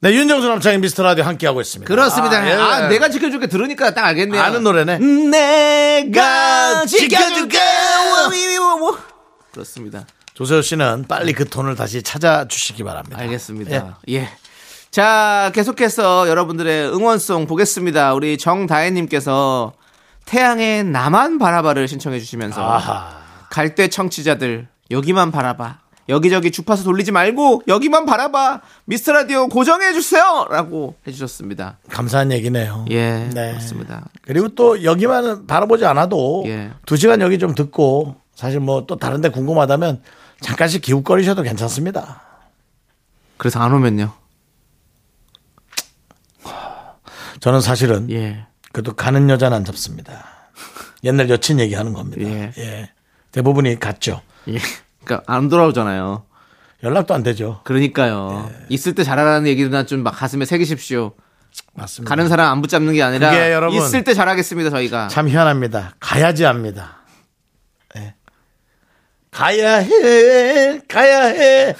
[SPEAKER 1] 네, 윤정수 남창의 미스터 라디오 함께 하고 있습니다.
[SPEAKER 2] 그렇습니다. 아,
[SPEAKER 1] 아, 예.
[SPEAKER 2] 내가 지켜줄게 들으니까 딱 알겠네요.
[SPEAKER 1] 아는 노래네.
[SPEAKER 2] 내가
[SPEAKER 1] 지켜줄게.
[SPEAKER 2] 지켜줄게. 와위위워워. 그렇습니다.
[SPEAKER 1] 조세호 씨는 빨리 그 톤을 다시 찾아주시기 바랍니다.
[SPEAKER 2] 알겠습니다. 예. 자, 계속해서 여러분들의 응원송 보겠습니다. 우리 정다혜님께서 태양의 나만 바라봐를 신청해 주시면서
[SPEAKER 1] 아,
[SPEAKER 2] 갈대 청취자들 여기만 바라봐. 여기저기 주파수 돌리지 말고 여기만 바라봐. 미스터 라디오 고정해 주세요. 라고 해주셨습니다.
[SPEAKER 1] 감사한 얘기네요.
[SPEAKER 2] 예.
[SPEAKER 1] 네.
[SPEAKER 2] 그렇습니다.
[SPEAKER 1] 그리고 또 여기만 바라보지 않아도
[SPEAKER 2] 예.
[SPEAKER 1] 두 시간 여기 좀 듣고 사실 뭐 또 다른데 궁금하다면 잠깐씩 기웃거리셔도 괜찮습니다.
[SPEAKER 2] 그래서 안 오면요.
[SPEAKER 1] 저는 사실은
[SPEAKER 2] 예.
[SPEAKER 1] 그래도 가는 여자는 안 잡습니다. 옛날 여친 얘기하는 겁니다.
[SPEAKER 2] 예.
[SPEAKER 1] 예. 대부분이 갔죠.
[SPEAKER 2] 예. 그러니까 안 돌아오잖아요.
[SPEAKER 1] 연락도 안 되죠.
[SPEAKER 2] 그러니까요.
[SPEAKER 1] 예.
[SPEAKER 2] 있을 때 잘하라는 얘기나 좀 막 가슴에 새기십시오.
[SPEAKER 1] 맞습니다.
[SPEAKER 2] 가는 사람 안 붙잡는 게 아니라
[SPEAKER 1] 그게 여러분-
[SPEAKER 2] 있을 때 잘하겠습니다 저희가
[SPEAKER 1] 참 희한합니다. 가야지 합니다. 예. 가야 해, 가야 해.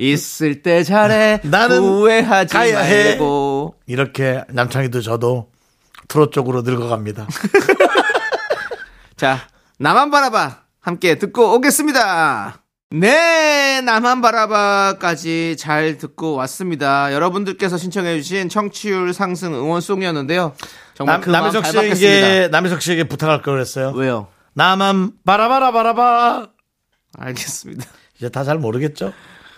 [SPEAKER 2] 있을 때 잘해
[SPEAKER 1] 나는
[SPEAKER 2] 후회하지
[SPEAKER 1] 가야 해.
[SPEAKER 2] 말고
[SPEAKER 1] 이렇게 남창희도 저도 트롯 쪽으로 늙어갑니다.
[SPEAKER 2] 자 나만 바라봐 함께 듣고 오겠습니다 네 나만 바라봐까지 잘 듣고 왔습니다 여러분들께서 신청해주신 청취율 상승 응원송이었는데요 정말
[SPEAKER 1] 남,
[SPEAKER 2] 그 마음
[SPEAKER 1] 남희석
[SPEAKER 2] 잘 받겠습니다
[SPEAKER 1] 씨에게 남희석 씨에게 부탁할 걸 그랬어요.
[SPEAKER 2] 왜요
[SPEAKER 1] 나만 바라바라 바라봐.
[SPEAKER 2] 알겠습니다
[SPEAKER 1] 이제 다 잘 모르겠죠?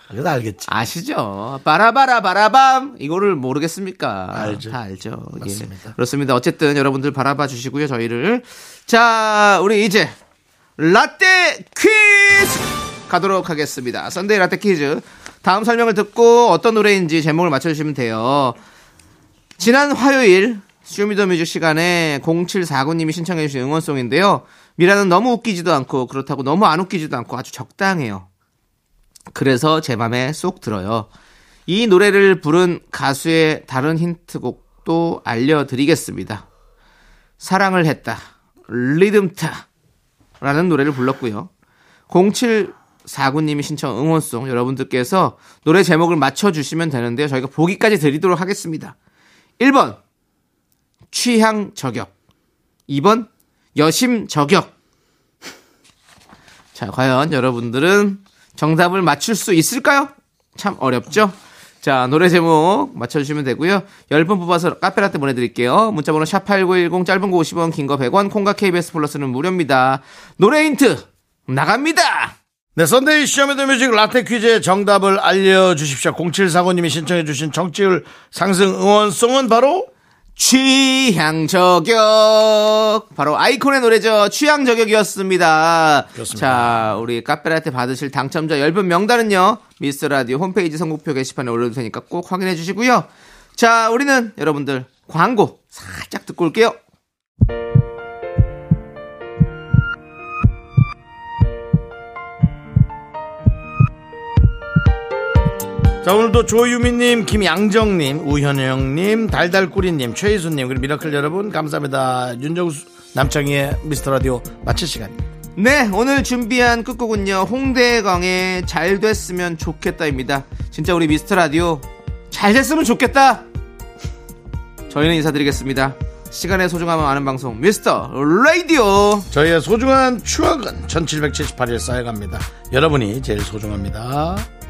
[SPEAKER 1] 그래도 알겠지.
[SPEAKER 2] 아시죠? 바라바라 바라밤 이거를 모르겠습니까?
[SPEAKER 1] 알죠.
[SPEAKER 2] 다 알죠. 예.
[SPEAKER 1] 맞습니다.
[SPEAKER 2] 그렇습니다. 어쨌든 여러분들 바라봐 주시고요. 저희를 자 우리 이제 라떼 퀴즈 가도록 하겠습니다. 썬데이 라떼 퀴즈 다음 설명을 듣고 어떤 노래인지 제목을 맞춰주시면 돼요. 지난 화요일 쇼미더뮤직 시간에 0749님이 신청해주신 응원송인데요. 미라는 너무 웃기지도 않고 그렇다고 너무 안 웃기지도 않고 아주 적당해요. 그래서 제 맘에 쏙 들어요. 이 노래를 부른 가수의 다른 힌트곡도 알려드리겠습니다. 사랑을 했다. 리듬타. 라는 노래를 불렀고요. 0749님이 신청 응원송 여러분들께서 노래 제목을 맞춰주시면 되는데요. 저희가 보기까지 드리도록 하겠습니다. 1번 취향 저격 2번 여심 저격 자, 과연 여러분들은 정답을 맞출 수 있을까요? 참 어렵죠? 자, 노래 제목 맞춰주시면 되고요. 10분 뽑아서 카페라떼 보내드릴게요. 문자번호 샵8910 짧은 거 50원, 긴 거 100원, 콩과 KBS 플러스는 무료입니다. 노래 힌트 나갑니다.
[SPEAKER 1] 네, 선데이 쇼미더 뮤직 라떼 퀴즈의 정답을 알려주십시오. 0749님이 신청해주신 정치율 상승 응원송은 바로
[SPEAKER 2] 취향 저격 바로 아이콘의 노래죠 취향 저격이었습니다
[SPEAKER 1] 그렇습니다.
[SPEAKER 2] 자 우리 카페라테 받으실 당첨자 10분 명단은요 미스터라디오 홈페이지 선곡표 게시판에 올려둘 테니까 꼭 확인해 주시고요 자 우리는 여러분들 광고 살짝 듣고 올게요
[SPEAKER 1] 자 오늘도 조유미님, 김양정님, 우현영님, 달달꾸리님, 최희수님 그리고 미라클 여러분 감사합니다. 윤정수 남창희의 미스터라디오 마칠 시간입니다.
[SPEAKER 2] 네, 오늘 준비한 끝곡은요, 홍대광의 잘 됐으면 좋겠다입니다. 진짜 우리 미스터 라디오, 잘 됐으면 좋겠다! 저희는 인사드리겠습니다. 시간의 소중함을 아는 방송, 미스터 라디오!
[SPEAKER 1] 저희의 소중한 추억은 1778일 쌓여갑니다. 여러분이 제일 소중합니다.